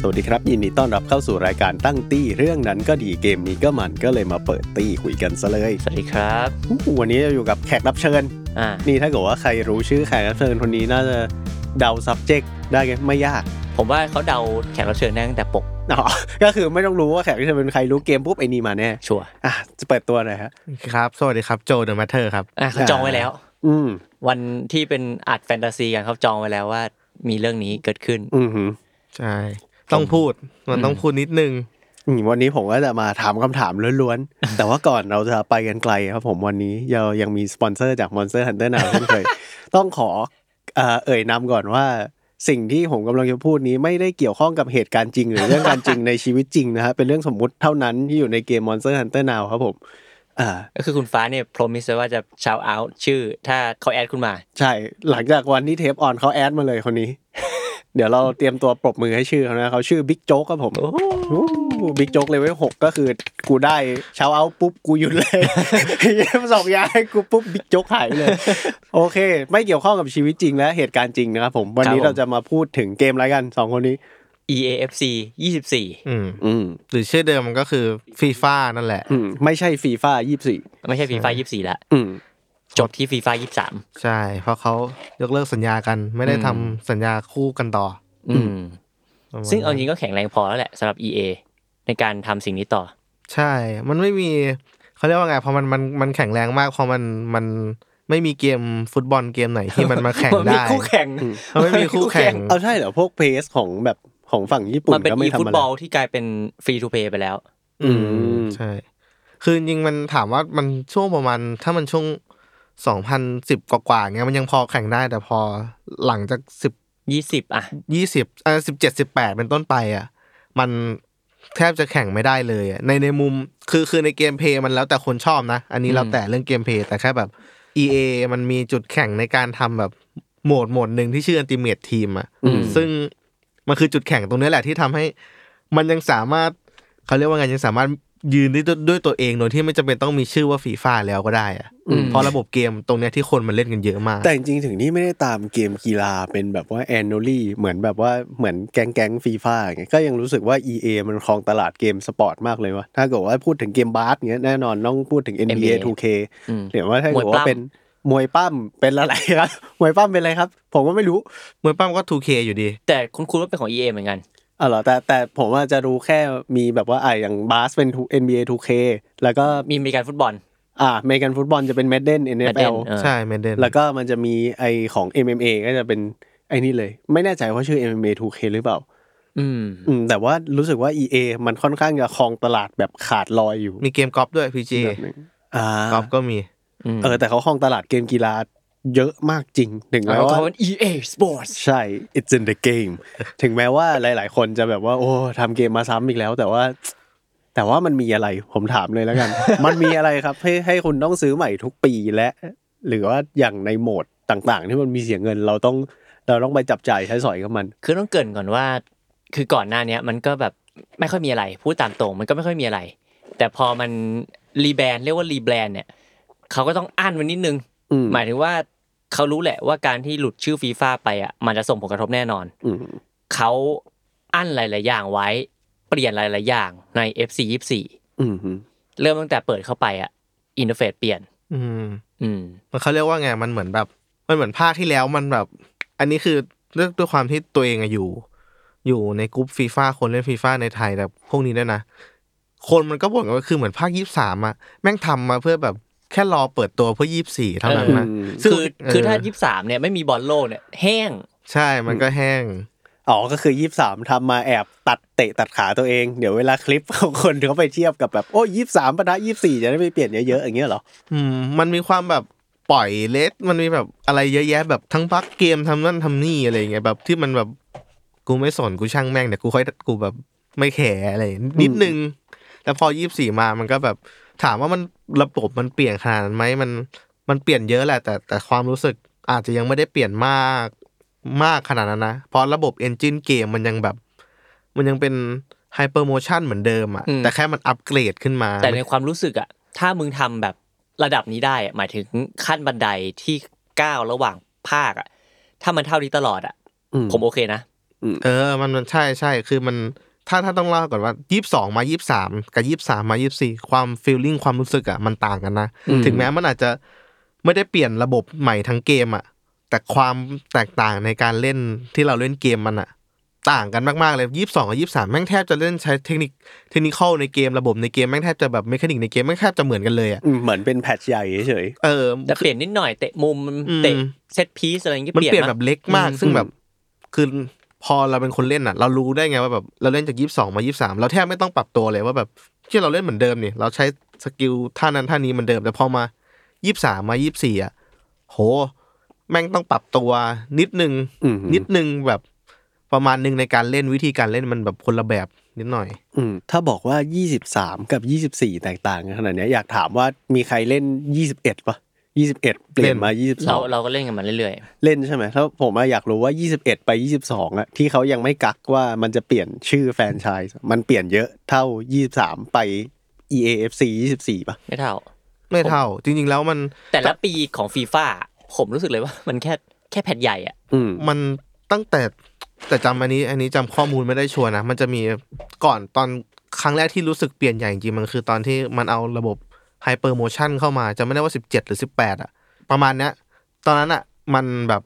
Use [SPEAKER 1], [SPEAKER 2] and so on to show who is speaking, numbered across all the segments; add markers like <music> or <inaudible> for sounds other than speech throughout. [SPEAKER 1] สวัสดีครับยินดีต้อนรับเข้าสู่รายการตั้งตี้เรื่องนั้นก็ดีเกมนี้ก็มันก็เลยมาเปิดตี้คุยกันซะเลย
[SPEAKER 2] สวัสดีครับ
[SPEAKER 1] อู้หูวันนี้เราอยู่กับแขกรับเชิญ
[SPEAKER 2] อ่า
[SPEAKER 1] นี่ถ้าเกิดว่าใครรู้ชื่อแขกรับเชิญคนนี้น่าจะเดา subject ได้ไงไม่ยาก
[SPEAKER 2] ผมว่าเขาเดาแขกรับเชิญได้ตั้งแต่ปก
[SPEAKER 1] อ๋อ ก็คือไม่ต้องรู้ว่าแขกรับเชิญเป็นใครรู้เกมปุ๊บไอ้นี่มาแน่
[SPEAKER 2] ชัวร์
[SPEAKER 1] อ่ะจะเปิดตัวหน่อยฮะ
[SPEAKER 3] ครับ สวัสดีครับ โจเดอะแมทเทอร์ครับ
[SPEAKER 2] อ่ะเขา
[SPEAKER 1] อ่า
[SPEAKER 2] จองไว้แล้ว
[SPEAKER 1] อืม
[SPEAKER 2] วันที่เป็นอัดแฟนตาซีกันเขาจองไว้แล้วว่ามีเรื่องนี้เกิดขึ้น
[SPEAKER 1] อือหือ
[SPEAKER 3] ใช่ ต้องพูด มันต้องพูดนิดนึง
[SPEAKER 1] อืมวันนี้ผมก็จะมาถามคำถามล้วนๆ แต่ว่าก่อนเราจะไปกันไกลครับผมวันนี้เรายังมีสปอนเซอร์จาก Monster Hunter Now เช่นเคย <laughs> ต้องขอเอ่อเอ่ยนามก่อนว่า สิ่งที่ผมกำลังจะพูดนี้ไม่ได้เกี่ยวข้องกับเหตุการณ์จริง หรือเรื่องการจริงในชีวิตจริงนะฮะเป็นเรื่องสมมุติเท่านั้นที่อยู่ในเกม Monster Hunter Now ครับผมอ่า
[SPEAKER 2] ก็คือคุณฟ้าเนี่ยพรมิสว่าจะชาวเอาชื่อ ถ้าเขาแอดคุณมา
[SPEAKER 1] ใช่หลังจากวันที่เทปออนเขาแอดมาเลยคนนี้ <laughs> เดี๋ยวเราเตรียมตัวปรบมือให้ชื่อเขานะเขาชื่อบิ๊กโจ๊กครับผมบิ๊กโจ๊กเลเวลหกก็คือกูได้เช้าเอาปุ๊บกูหยุดเลย <laughs> สองอยางให้กูปุ๊บบิ๊กโจ๊กหายไปเลย โอเค ไม่เกี่ยวข้องกับชีวิตจริงและเหตุการณ์จริงนะครับผมวันนี้
[SPEAKER 2] ครับผม
[SPEAKER 1] เราจะมาพูดถึงเกมอะไรกันสองคนนี้
[SPEAKER 2] EAFC 24
[SPEAKER 3] อืม
[SPEAKER 1] อืม
[SPEAKER 3] หรือชื่อเดิมมันก็คือฟีฟ่านั่นแหละ
[SPEAKER 1] อืมไม่ใช่ฟีฟ่ายี่สิบสี่
[SPEAKER 2] ไม่ใช่ฟีฟ่า24ละ
[SPEAKER 1] อืม
[SPEAKER 2] จบที่ฟีฟ่า23
[SPEAKER 3] ใช่ เพราะเขายกเลิกสัญญากัน ไม่ได้ทำ
[SPEAKER 2] อืม
[SPEAKER 3] สัญญาคู่กันต่อ
[SPEAKER 2] อืม
[SPEAKER 3] ประมณ
[SPEAKER 2] ซึ่งเอาจ
[SPEAKER 3] นั้น
[SPEAKER 2] ริงก็แข็งแรงพอแล้วแหละสำหรับ EA ในการทำสิ่งนี้ต่อ
[SPEAKER 3] ใช่ มันไม่มี เขาเรียกว่าไง พอมันมันมันแข็งแรงมาก พอมันมันไม่มีเกมฟุตบอลเกมไหนที่มันมาแข่ง
[SPEAKER 2] มันมี
[SPEAKER 3] ได้
[SPEAKER 2] คู่แข่ง
[SPEAKER 3] มันไม่มีคู่แข่ง
[SPEAKER 1] เอาใช่เหรอพวกเพสของแบบของฝั่งญี่ปุ่
[SPEAKER 2] มัน
[SPEAKER 1] น
[SPEAKER 2] เป็น
[SPEAKER 1] ก็ไม่
[SPEAKER 2] อี
[SPEAKER 1] ทำ
[SPEAKER 2] ฟุต
[SPEAKER 1] อะ
[SPEAKER 2] บ
[SPEAKER 1] ไร
[SPEAKER 2] อลที่กลายเป็นฟรีทูเพย์ไปแล้ว
[SPEAKER 1] อืม
[SPEAKER 3] ใช่ คือจริงๆมันถามว่ามันช่วงประมาณ ถ้ามันช่วงสองพันสิบกว่าๆเงี้ยมันยังพอแข่งได้แต่พอหลังจากสิบ
[SPEAKER 2] 20 อ่ะ
[SPEAKER 3] ยี่สิบเออสิบเจ็ดสิบแปดเป็นต้นไปอ่ะมันแทบจะแข่งไม่ได้เลยอะในในมุมคือคือในเกมเพลย์มันแล้วแต่คนชอบนะ อันนี้
[SPEAKER 2] อืม
[SPEAKER 3] แล้วแต่เรื่องเกมเพลย์แต่แค่แบบ EA มันมีจุดแข่งในการทำแบบโหมดโหมดหนึ่งที่ชื่อ Ultimate Team อ่ะ
[SPEAKER 1] อืม
[SPEAKER 3] ซึ่งมันคือจุดแข่งตรงนี้แหละที่ทำให้มันยังสามารถเขาเรียกว่าไงยังสามารถยืนได้ด้วยด้วยตัวเองโดยที่ไม่จำเป็นต้องมีชื่อว่าฟีฟ่าแล้วก็ได้อะ
[SPEAKER 2] อืม
[SPEAKER 3] เพราะระบบเกมตรงเนี้ยที่คนมันเล่นกันเยอะมาก
[SPEAKER 1] แต่จริงๆถึงนี่ไม่ได้ตามเกมกีฬาเป็นแบบว่าแอนนูลี่เหมือนแบบว่าเหมือนแก๊งแก๊งฟีฟ่าอย่างเงี้ยก็ยังรู้สึกว่า EA มันครองตลาดเกมสปอร์ตมากเลยวะถ้าเกิดว่าพูดถึงเกมบาสเงี้ยแน่นอนต้องพูดถึง NBA
[SPEAKER 2] NBA
[SPEAKER 1] 2K
[SPEAKER 2] อืม
[SPEAKER 1] หรือว่าถ้าเกิด
[SPEAKER 2] มวย
[SPEAKER 1] ว่า
[SPEAKER 2] ปล้ำ
[SPEAKER 1] เป็นมวยปั้มเป็นอะไรครับ <laughs> มวยปั้มเป็นอะไรครับ ผมก็ไม่รู้
[SPEAKER 3] เมื่อปั้มก็ 2K อยู่ดี
[SPEAKER 2] แต่คุณคุณว่าเป็นของ EA เหมือนกัน
[SPEAKER 1] อ๋อเหรอแต่แต่ผมอาจจะรู้แค่มีแบบว่าไอะอย่างบาสเป็น NBA 2K แล้วก็
[SPEAKER 2] มีมีการฟุตบอล
[SPEAKER 1] อ่าเมกันฟุตบอลจะเป็น Madden
[SPEAKER 2] แต่เด่น
[SPEAKER 1] NFL
[SPEAKER 2] เออ
[SPEAKER 3] ใช่เมเดน
[SPEAKER 1] แล้วก็มันจะมีไอของ MMA ก็จะเป็นไอนี่เลย ไม่แน่ใจว่าชื่อ MMA 2K หรือเปล่า
[SPEAKER 2] อืม
[SPEAKER 1] อืมแต่ว่ารู้สึกว่า EA มันค่อนข้างจะครองตลาดแบบขาดลอยอยู่
[SPEAKER 3] มีเกมกอล์ฟด้วย PG
[SPEAKER 1] แบบหนึ่งอ่าก
[SPEAKER 3] อล์ฟก็มี
[SPEAKER 1] เออแต่เขาครองตลาดเกมกีฬาเยอะมากจริง ถึง
[SPEAKER 2] แล้
[SPEAKER 1] แม้
[SPEAKER 2] ว
[SPEAKER 1] ว่า
[SPEAKER 2] เขาเป็น EA Sports
[SPEAKER 1] ใช่ it's in the game ถึงแม้ว่าหลาย ๆ คนจะแบบว่า โอ้ทำเกมมาซ้ำอีกแล้ว แต่ว่า แต่ว่ามันมีอะไรผมถามเลยแล้วกัน <laughs> มันมีอะไรครับ ให้ให้คุณต้องซื้อใหม่ทุกปีและ หรือว่าอย่างในโหมดต่าง ๆ ที่มันมีเสียเงินเราต้องเราต้องไปจับจ่ายใช้สอยกับมัน
[SPEAKER 2] คือต้องเกรินก่อนว่า คือก่อนหน้าเนี้ยมันก็แบบไม่ค่อยมีอะไร พูดตามตรงมันก็ไม่ค่อยมีอะไร แต่พอมันรีแบรนด์เรียกว่ารีแบรนด์เนี่ยเขาก็ต้องอั้นไว้นิดนึง
[SPEAKER 1] อืม
[SPEAKER 2] หมายถึงว่าเขารู้แหละว่าการที่หลุดชื่อฟีฟ่าไปอ่ะมันจะส่งผลกระทบแน่นอน
[SPEAKER 1] อืม
[SPEAKER 2] เขาอั้นหลาย ๆ อย่างไว้ เปลี่ยนหลาย ๆ อย่างใน FC
[SPEAKER 1] อืม
[SPEAKER 2] 24 เริ่มตั้งแต่เปิดเข้าไปอ่ะอินเทอร์เฟซเปลี่ยน
[SPEAKER 3] อืม
[SPEAKER 2] อืม
[SPEAKER 3] มันเขาเรียกว่าไง มันเหมือนแบบ มันเหมือนภาคที่แล้วมันแบบ อันนี้คือด้วยด้วยความที่ตัวเองอะอยู่ อยู่ในกลุ่มฟีฟ่าคนเล่นฟีฟ่าในไทยแบบพวกนี้ด้วยนะ คนมันก็บ่นกันว่าคือเหมือนภาคยี่สามอะแม่งทำมาเพื่อแบบแค่รอเปิดตัวเพื่อยี่สี่เท่านั้น
[SPEAKER 2] เ
[SPEAKER 3] นะ ซึ่ง
[SPEAKER 2] คือ
[SPEAKER 3] เออ
[SPEAKER 2] คือถ้า 23 เนี่ยไม่มีบอลโลกเนี่ยแห้ง
[SPEAKER 3] ใช่มันก็แห้ง
[SPEAKER 1] อ๋อ ก็คือยี่สามทำมาแอบตัดเตะตัดขาตัวเอง เดี๋ยวเวลาคลิป <laughs> ของคนเขาไปเทียบกับแบบ โอ้ยี่สามปะทะยี่สี่จะได้ไม่เปลี่ยนเยอะๆอย่างเงี้ยเหรอ
[SPEAKER 3] อืมมันมีความแบบปล่อยเลสมันมีแบบอะไรเยอะแยะแบบทั้งพักเกมทำนั่นทำนี่อะไรอย่างเงี้ยแบบที่มันแบบกูไม่สนกูช่างแม่งเดี๋ยวกูค่อยกูแบบไม่แขอะไรนิดนึง แต่พอยี่สี่มามันก็แบบถามว่ามันระบบมันเปลี่ยนขนาดนั้นไหมมันมันเปลี่ยนเยอะแหละแต่แต่ความรู้สึก อาจจะยังไม่ได้เปลี่ยนมากมากขนาดนั้นนะ เพราะระบบ Engine เกมมันยังแบบ มันยังเป็นไฮเปอร์โมชันเหมือนเดิมอะ
[SPEAKER 2] อืม
[SPEAKER 3] แต่แค่มันอัปเกรดขึ้นมา
[SPEAKER 2] แต่ในความรู้สึกอะถ้ามึงทำแบบระดับนี้ได้อะหมายถึงขั้นบันไดที่ก้าวระหว่างภาคอะถ้ามันเท่านี้ตลอดอะ
[SPEAKER 1] อืม
[SPEAKER 2] ผมโอเคนะ
[SPEAKER 3] เออ มันมันใช่ใช่ คือมัน ถ้าถ้าต้องเล่าก่อนว่ายี่สองมายี่สามกับยี่สามมายี่สี่ความฟีลลิ่งความรู้สึกอ่ะมันต่างกันนะ
[SPEAKER 2] อืม
[SPEAKER 3] ถึงแม้มันอาจจะไม่ได้เปลี่ยนระบบใหม่ทั้งเกมอ่ะ แต่ความแตกต่างในการเล่นที่เราเล่นเกมมันอ่ะ ต่างกันมาก ๆ เลยยี่สองกับยี่สามแม่งแทบจะเล่นใช้เทคนิคเทคนิคเข้าในเกมระบบในเกมแม่งแทบจะแบบเมคานิกในเกมแม่งแทบจะเหมือนกันเลยอ่ะ
[SPEAKER 1] อืมเหมือนเป็นแพทช์ใหญ่เฉย
[SPEAKER 3] เออ
[SPEAKER 2] แต่เปลี่ยนนิดหน่อยเตะมุม
[SPEAKER 3] อืม
[SPEAKER 2] เตะเซตพีซอะไรอย่างงี้
[SPEAKER 3] มัน
[SPEAKER 2] เปลี่ย
[SPEAKER 3] เปลี่ยน
[SPEAKER 2] น
[SPEAKER 3] แบ
[SPEAKER 2] มั้ย
[SPEAKER 3] บเล็กมาก
[SPEAKER 2] อืม
[SPEAKER 3] ซึ่งแบบคือพอเราเป็นคนเล่นอ่ะ เรารู้ได้ไงว่าแบบเราเล่นจากยี่สองมายี่สามเราแทบไม่ต้องปรับตัวเลยว่าแบบที่เราเล่นเหมือนเดิมนี่เราใช้สกิลท่านั้นท่านี้เหมือนเดิม แต่พอมายี่สามมายี่สี่อ่ะโห แม่งต้องปรับตัวนิดนึง
[SPEAKER 1] อืม
[SPEAKER 3] นิดนึงแบบประมาณนึงในการเล่นวิธีการเล่นมันแบบคนละแบบนิดหน่อย
[SPEAKER 1] อืมถ้าบอกว่า 23 กับ 24 แตกต่างกันขนาดเนี้ยอยากถามว่ามีใครเล่น 21ปะ21 เปลี่ยนมา
[SPEAKER 2] เรา
[SPEAKER 1] 22
[SPEAKER 2] เราก็เล่นกันมาเรื่อย
[SPEAKER 1] เล่นใช่ไหมถ้าผมอะอยากรู้ว่า 21 ไป 22อะที่เขายังไม่กักว่ามันจะเปลี่ยนชื่อแฟรนไชส์มันเปลี่ยนเยอะเท่า 23 ไป EAFC 24ปะ
[SPEAKER 2] ๆไม่เท่า
[SPEAKER 3] ไม่เท่า จริง ๆ แล้วมัน
[SPEAKER 2] แต่ละปีของฟีฟ่าผมรู้สึกเลยว่ามันแค่แค่แผ่นใหญ่อะ
[SPEAKER 1] อืม
[SPEAKER 3] มันตั้งแต่แต่จำอันนี้อันนี้จำข้อมูลไม่ได้ชัวร์นะ มันจะมีก่อนตอนครั้งแรกที่รู้สึกเปลี่ยนใหญ่จริงๆมันคือตอนที่มันเอาระบบไฮเปอร์โมชันเข้ามาจะไม่ได้ว่า 17 หรือ 18 อ่ะ ประมาณเนี้ยตอนนั้นอ่ะมันแบบ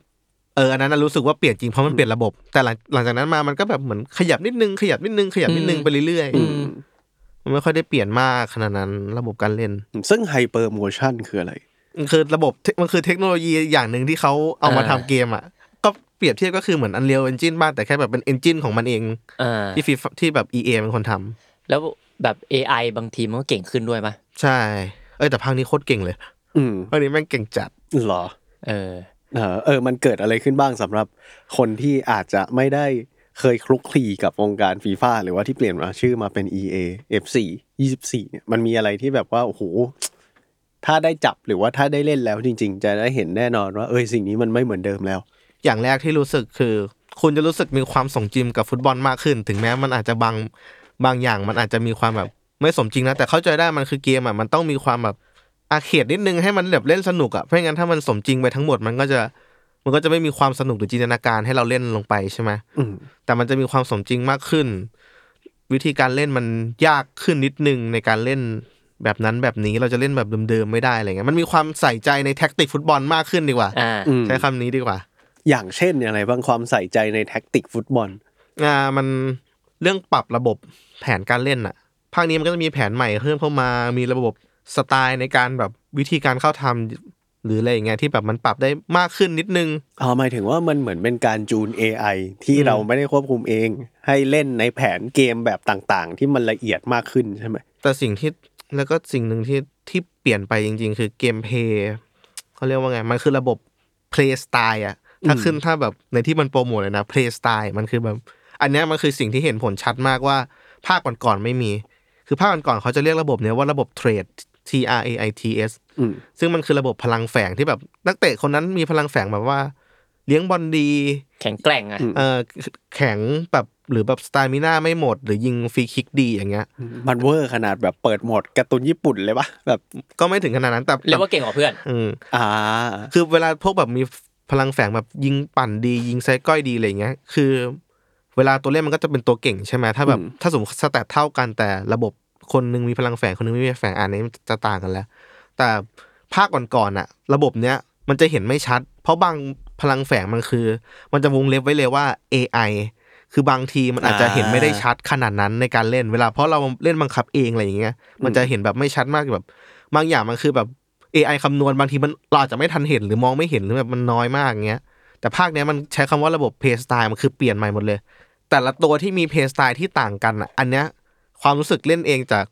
[SPEAKER 3] เอออันนั้นนะรู้สึกว่าเปลี่ยนจริงเพราะมันเปลี่ยนระบบ แต่หลังหลังจากนั้นมามันก็แบบเหมือนขยับนิดนึงขยับนิดนึงขยับนิดนึงไปเรื่อย
[SPEAKER 1] อืม
[SPEAKER 3] ๆมันไม่ค่อยได้เปลี่ยนมากขนาดนั้นระบบการเล่น
[SPEAKER 1] ซึ่งไฮเปอร์โมชันคืออะไร
[SPEAKER 3] มันคือระบบเทคมันคือเทคโนโลยีอย่างหนึ่งที่เขาเอามาทำเกมอ่ะ ก็เปรียบเทียบก็คือเหมือน Unreal Engine บ้างแต่แค่แบบเป็น Engine ของมันเอง
[SPEAKER 2] เออ
[SPEAKER 3] ที่ฟีที่แบบ EA เป็นคนทำ
[SPEAKER 2] แล้วแบบ AI บางทีมันก็เก่งขึ้นด้วยมั้ย
[SPEAKER 3] ใช่ เอ้ยแต่ภาคนี้โคตรเก่งเลย
[SPEAKER 1] อืม
[SPEAKER 3] ภาคนี้แม่งเก่งจัด
[SPEAKER 1] เหรอ
[SPEAKER 2] เออ
[SPEAKER 1] เออเออ มันเกิดอะไรขึ้นบ้างสำหรับคนที่อาจจะไม่ได้เคยคลุกคลีกับวงการฟีฟ่าหรือว่าที่เปลี่ยนมาชื่อมาเป็น EA FC 24เนี่ยมันมีอะไรที่แบบว่า โอ้โห ถ้าได้จับหรือว่าถ้าได้เล่นแล้วจริง ๆ จะได้เห็นแน่นอนว่า เอ้ยสิ่งนี้มันไม่เหมือนเดิมแล้ว
[SPEAKER 3] อย่างแรกที่รู้สึกคือ คุณจะรู้สึกมีความสมจริงกับฟุตบอลมากขึ้น ถึงแม้มันอาจจะบางบางอย่างมันอาจจะมีความแบบไม่สมจริงนะแต่เข้าใจได้มันคือเกมอ่ะมันต้องมีความแบบอาเขตนิดนึงให้มันแบบเล่นสนุกอ่ะเพราะงั้นถ้ามันสมจริงไปทั้งหมดมันก็จะมันก็จะไม่มีความสนุกหรือจินตนาการให้เราเล่นลงไปใช่ไหม
[SPEAKER 1] อืม
[SPEAKER 3] แต่มันจะมีความสมจริงมากขึ้น วิธีการเล่นมันยากขึ้นนิดนึงในการเล่นแบบนั้นแบบนี้เราจะเล่นแบบเดิมๆไม่ได้อะไรเงี้ยมันมีความใส่ใจในแท็กติกฟุตบอลมากขึ้นดีกว่า
[SPEAKER 2] อ่า
[SPEAKER 1] อืม
[SPEAKER 3] ใช้คำนี้ดีกว่า
[SPEAKER 1] อย่างเช่นอะไรบางความใส่ใจในแท็กติกฟุตบอล
[SPEAKER 3] อ่ามันเรื่องปรับระบบแผนการเล่นอะภาคนี้มันก็จะมีแผนใหม่เพิ่มเข้ามามีระบบสไตล์ในการแบบวิธีการเข้าทำหรืออะไรอย่างเงี้ยที่แบบมันปรับได้มากขึ้นนิดนึง
[SPEAKER 1] อ๋อหมายถึงว่ามันเหมือนเป็นการจูน AI ที่
[SPEAKER 3] อืม
[SPEAKER 1] เราไม่ได้ควบคุมเอง ให้เล่นในแผนเกมแบบต่างๆ ที่มันละเอียดมากขึ้นใช่ไหม
[SPEAKER 3] แต่สิ่งที่แล้วก็สิ่งหนึ่งที่ที่เปลี่ยนไปจริง ๆ คือเกมเพย์เขาเรียกว่าไง มันคือระบบ play style อะถ้าขึ้นถ้าแบบในที่มันโปรโมทเลยนะ play style มันคือแบบ อันเนี้ยมันคือสิ่งที่เห็นผลชัดมากว่า ภาคก่อนๆไม่มี คือภาคก่อนๆเขาจะเรียกระบบเนี้ยว่าระบบ trade T R A I T S
[SPEAKER 1] อืม
[SPEAKER 3] ซึ่งมันคือระบบพลังแฝงที่แบบนักเตะคนนั้นมีพลังแฝงแบบว่า เลี้ยงบอลดี
[SPEAKER 2] แข็งแกร่งอะ
[SPEAKER 3] เออแข็งแบบหรือแบบสไตมิน่าไม่หมด หรือยิงฟรีคิกดีอย่างเงี้ย
[SPEAKER 1] มันเวอร์ขนาดแบบเปิดโหมดการ์ตูนญี่ปุ่นเลยปะแบบ
[SPEAKER 3] ก็ไม่ถึงขนาดนั้นแต่
[SPEAKER 2] เรียกว่าเก่งกว่าเพื่อน
[SPEAKER 3] อืม
[SPEAKER 1] อ่า
[SPEAKER 3] คือเวลาพวกแบบมีพลังแฝงแบบยิงปั่นดี ยิงไซก้อยดีอะไรอย่างเงี้ย คือ เวลาตัวเล่นมันก็จะเป็นตัวเก่งใช่ไหมถ้าแบบ
[SPEAKER 1] อืม
[SPEAKER 3] ถ้าสมมติสแตทเท่ากันแต่ระบบคนหนึงมีพลังแฝงคนหนึงไม่มีพลังแฝงอันนี้มันจะต่างกันแล้ว แต่ภาคก่อนๆอะระบบเนี้ยมันจะเห็นไม่ชัด เพราะบางพลังแฝงมันคือ มันจะวงเล็บไว้เลยว่า AI คือบางทีมันอาจจะเห็นไม่ได้ชัดขนาดนั้นในการเล่นเวลาเพราะเราเล่นบังคับเองอะไรอย่างเงี้ย มันจะเห็นแบบไม่ชัดมากแบบ บางอย่างมันคือแบบ AI คำนวณบางทีมันเราอาจจะไม่ทันเห็นหรือมองไม่เห็นหรือแบบมันน้อยมากอย่างเงี้ย แต่ภาคเนี้ยมันใช้คำว่าระบบเพย์สไตล์มันคือเปลี่ยนใหม่หมดเลย แต่ละตัวที่มีเพย์สไตล์ที่ต่างกันอ่ะอันเนี้ยความรู้สึกเล่นเองจาก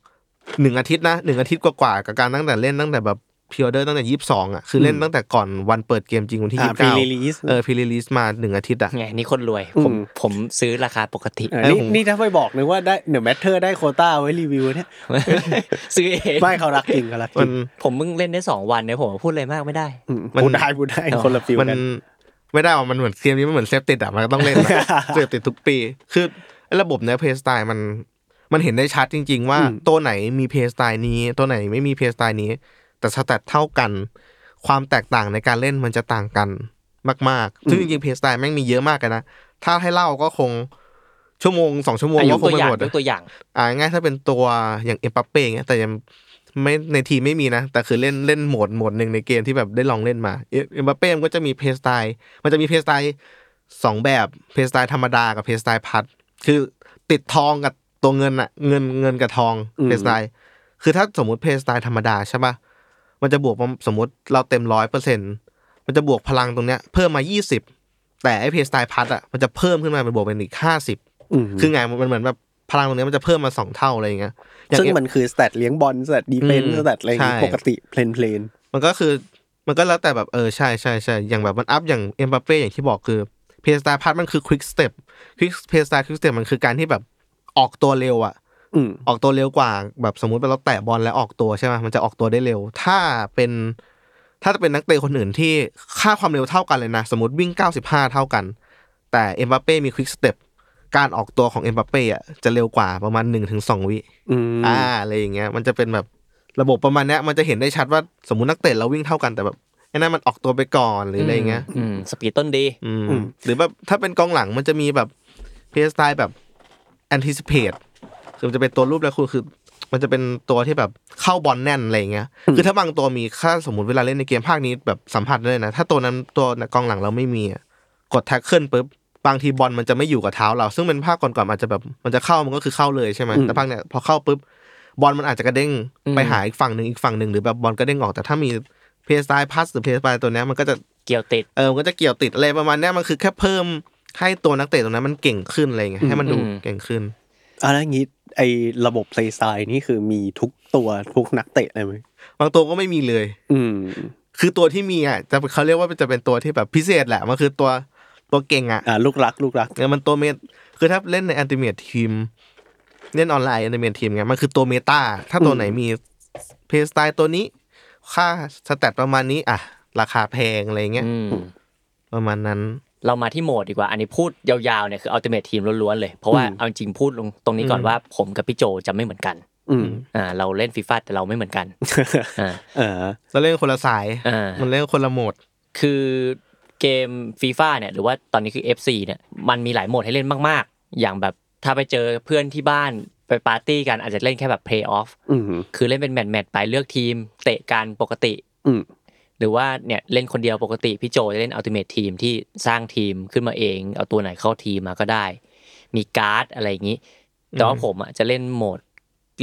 [SPEAKER 3] หนึ่งอาทิตย์นะหนึ่งอาทิตย์กว่าๆกับการตั้งแต่เล่นตั้งแต่แบบ พิออเดอร์ตั้งแต่ยี่สิบสองอ่ะคือเล่นตั้งแต่ก่อนวันเปิดเกมจริงวันที่
[SPEAKER 1] อ่า
[SPEAKER 3] ยี่สิบเก้า
[SPEAKER 1] pre-release
[SPEAKER 3] เออพรีรีลิสมาหนึ่งอาทิตย์อ่ะ
[SPEAKER 2] ไงนี่คนรวย ผม
[SPEAKER 1] อืม
[SPEAKER 2] ผมซื้อราคาปกติ
[SPEAKER 1] อ่ะ
[SPEAKER 3] เอ้ย
[SPEAKER 1] นี่
[SPEAKER 3] ผม
[SPEAKER 1] นี่ถ้าไม่บอกนึกว่าได้เดอะแมทเทอร์ได้โควต้าไว้รีวิวเนี่ย
[SPEAKER 2] <laughs> ซื้อเอง
[SPEAKER 1] ไม่เขารักจริงเขารักจ
[SPEAKER 3] มั
[SPEAKER 1] ริ
[SPEAKER 3] น
[SPEAKER 1] ง
[SPEAKER 2] ผมเพิ่งเล่นได้สองวันเนี่ยผมพูดอะไรมากไม่ได้
[SPEAKER 1] อืม
[SPEAKER 3] มัน
[SPEAKER 1] พูดได้พูดได้คนละฟิล
[SPEAKER 3] มัน
[SPEAKER 1] กัน
[SPEAKER 3] ไม่ได้ว่ามันเหมือนเกมนี้มันเหมือนเซฟติดอ่ะ มันก็ต้องเล่นอะ เซฟติดทุกปี คือไอ้ระบบเนี้ยเพย์สไตล์มันมันเห็นได้ชัดจริง ๆ ว่า
[SPEAKER 1] อืม
[SPEAKER 3] ตัวไหนมีเพย์สไตล์นี้ ตัวไหนไม่มีเพย์สไตล์นี้ แต่สแตทเท่ากัน ความแตกต่างในการเล่นมันจะต่างกันมากๆซึ่งจริงๆเพย์สไตล์แม่งมีเยอะมากเลยนะ ถ้าให้เล่าก็คงชั่วโมงสองชั่วโมง
[SPEAKER 2] อ่ะย
[SPEAKER 3] ก็
[SPEAKER 2] ก
[SPEAKER 3] คง
[SPEAKER 2] ตัว
[SPEAKER 3] ไม่
[SPEAKER 2] อย่าง
[SPEAKER 3] หม
[SPEAKER 2] ย
[SPEAKER 3] ดอะ
[SPEAKER 2] กตัวอย่าง
[SPEAKER 3] อ่าง่ายถ้าเป็นตัวอย่างเอ็มปัปเป้เงี้ยแต่ยังไม่ในทีมไม่มีนะ แต่คือเล่นเล่นโหมดโหมดหนึ่งในเกมที่แบบได้ลองเล่นมาเอ็มปัปเป้มันก็จะมีเพลย์สไตล์มันจะมีเพลย์สไตล์สองแบบเพลย์สไตล์ธรรมดากับเพลย์สไตล์พัด คือติดทองกับตัวเงินอะเงินเงินกับทอง
[SPEAKER 1] อืม
[SPEAKER 3] เพลย์สไตล์คือถ้าสมมติเพลย์สไตล์ธรรมดาใช่ปะมันจะบวกประมาณสมมติเราเต็มร้อยเปอร์เซ็นมันจะบวกพลังตรงเนี้ยเพิ่มมายี่สิบแต่ไอเพลย์สไตล์พัดอะมันจะเพิ่มขึ้นมาเป็นบวกเป็นอีกห้าสิบ
[SPEAKER 1] อืม
[SPEAKER 3] คือไงมันมันเหมือนแบบพลังตรงเนี้ยมันจะเพิ่มมาสองเท่าอะไรอย่างเงี้ยอย่า
[SPEAKER 1] ซึ่ง
[SPEAKER 3] เอ็ม
[SPEAKER 1] มันคือสแตทเลี้ยงบอลสแตทดีเฟน
[SPEAKER 3] อืม
[SPEAKER 1] สแตทอะไรอย่างงี้
[SPEAKER 3] ใช่
[SPEAKER 1] ปกติเพลนเพลน
[SPEAKER 3] มันก็คือมันก็แล้วแต่แบบเออใช่ใช่ใช่อย่างแบบมันอัพอย่างเอ็มบัปเป้อย่างที่บอกคือเพสตาพาร์ทมันคือควิกสเต็ปควิกเพสตาควิกสเต็ปมันคือการที่แบบออกตัวเร็วอะ
[SPEAKER 1] อืม
[SPEAKER 3] ออกตัวเร็วกว่าแบบสมมติว่าเราแตะบอลแล้วออกตัวใช่ไหมมันจะออกตัวได้เร็ว ถ้าเป็น ถ้าจะเป็นนักเตะคนอื่นที่ค่าความเร็วเท่ากันเลยนะ สมมติวิ่ง 95 เท่ากัน แต่เอ็มบัปเป้มีควิกสเต็ปการออกตัวของเอ็มบัปเป้อะจะเร็วกว่าประมาณ1-2วิ
[SPEAKER 1] อืม
[SPEAKER 3] อ่าอะไรอย่างเงี้ยมันจะเป็นแบบระบบประมาณเนี้ยมันจะเห็นได้ชัดว่าสมมตินักเตะเราวิ่งเท่ากันแต่แบบไอ้นั่นมันออกตัวไปก่อนหรืออะไรอย่างเงี้ย
[SPEAKER 2] อืมสปีดต้นดี
[SPEAKER 3] อืมหรือแบบถ้าเป็นกองหลังมันจะมีแบบเพสไตล์แบบ anticipate คือมันจะเป็นตัวรูปแล้วคุณคือ มันจะเป็นตัวที่แบบเข้าบอลแน่นอะไรอย่างเงี้ย คือถ้าบางตัวมีค่าสมมติเวลาเล่นในเกมภาคนี้แบบสัมผัสได้เลยนะ ถ้าตัวนั้นตัวกองหลังเราไม่มีอะกดแท็กเกิลปุ๊บบางทีบอลมันจะไม่อยู่กับเท้าเรา ซึ่งเป็นภาคก่อนๆอาจจะแบบมันจะเข้ามันก็คือเข้าเลยใช่ไหมแต่ภาคเนี้ยพอเข้าปุ๊บบอลมันอาจจะกระเด้ง
[SPEAKER 2] อืม
[SPEAKER 3] ไปหาอีกฝั่งหนึ่งอีกฝั่งหนึ่งหรือแบบบอลกระเด้งออกแต่ถ้ามีเพสไตล์พัสหรือเพสไตล์ตัวเนี้ยมันก็จะ
[SPEAKER 2] เกี่ยวติด
[SPEAKER 3] เออ มันก็จะเกี่ยวติดอะไรประมาณเนี้ยมันคือแค่เพิ่มให้ตัวนักเตะตรงนั้นมันเก่งขึ้นอะไรเงี้ยให้มันดู
[SPEAKER 2] อืม
[SPEAKER 3] เก่งขึ้น
[SPEAKER 1] อ่ะแล้วอย่างงี้ไอ้ระบบเพลย์สไตล์นี่คือมีทุกตัวทุกนักเตะเลยไหม
[SPEAKER 3] บางตัวก็ไม่มีเลย
[SPEAKER 1] อืม
[SPEAKER 3] คือตัวที่มีอ่ะจะเขาเรียกว่าจะเป็นตัวที่แบบพิเศษแหละ มันคือตัวตัวเก่งอ่ะ
[SPEAKER 1] อ่าลูกรักลูกรัก
[SPEAKER 3] เออมันตัวเมตคือถ้าเล่นในแอนติเมททีมเล่นออนไลน์แอนติเมททีมไงมันคือตัวเมตาถ้าตัวไหนมีเพลย์สไตล์ตัวนี้ ค่าสแตทประมาณนี้อ่ะ ราคาแพงอะไรเงี้ย
[SPEAKER 2] อืม
[SPEAKER 3] ประมาณนั้น
[SPEAKER 2] เรามาที่โหมดดีกว่า อันนี้พูดยาวๆเนี่ยคืออัลติเมททีมล้วนๆเลย เพราะว่า
[SPEAKER 1] อืม
[SPEAKER 2] เอาจริงพูดลงตรงนี้ก่อน
[SPEAKER 3] อืม
[SPEAKER 2] ว่าผมกับพี่โจจะไม่เหมือนกัน
[SPEAKER 1] อืม
[SPEAKER 2] อ่าเราเล่นฟีฟ่าแต่เราไม่เหมือนกันอ่า
[SPEAKER 1] เออ
[SPEAKER 3] เราเล่นคนละสาย
[SPEAKER 2] อ่ามั
[SPEAKER 3] มันเล่นคนละโหมด
[SPEAKER 2] คือเกมฟีฟ่าเนี่ยหรือว่าตอนนี้คือ FC เนี่ยมันมีหลายโหมดให้เล่นมากๆ อย่างแบบถ้าไปเจอเพื่อนที่บ้านไปปาร์ตี้กันอาจจะเล่นแค่แบบเพลย์ออฟ
[SPEAKER 1] อืม
[SPEAKER 2] คือเล่นเป็นแมตช์แมตช์ไปเลือกทีม เตะกันปกติ
[SPEAKER 1] อืม
[SPEAKER 2] หรือว่าเนี่ยเล่นคนเดียวปกติ พี่โจจะเล่นอัลติเม e ทีมที่สร้างทีมขึ้นมาเอง เอาตัวไหนเข้าทีมมาก็ได้ มีการ์ดอะไรอย่างนี้ แต่ว่าผมอ่ะจะเล่นโหมด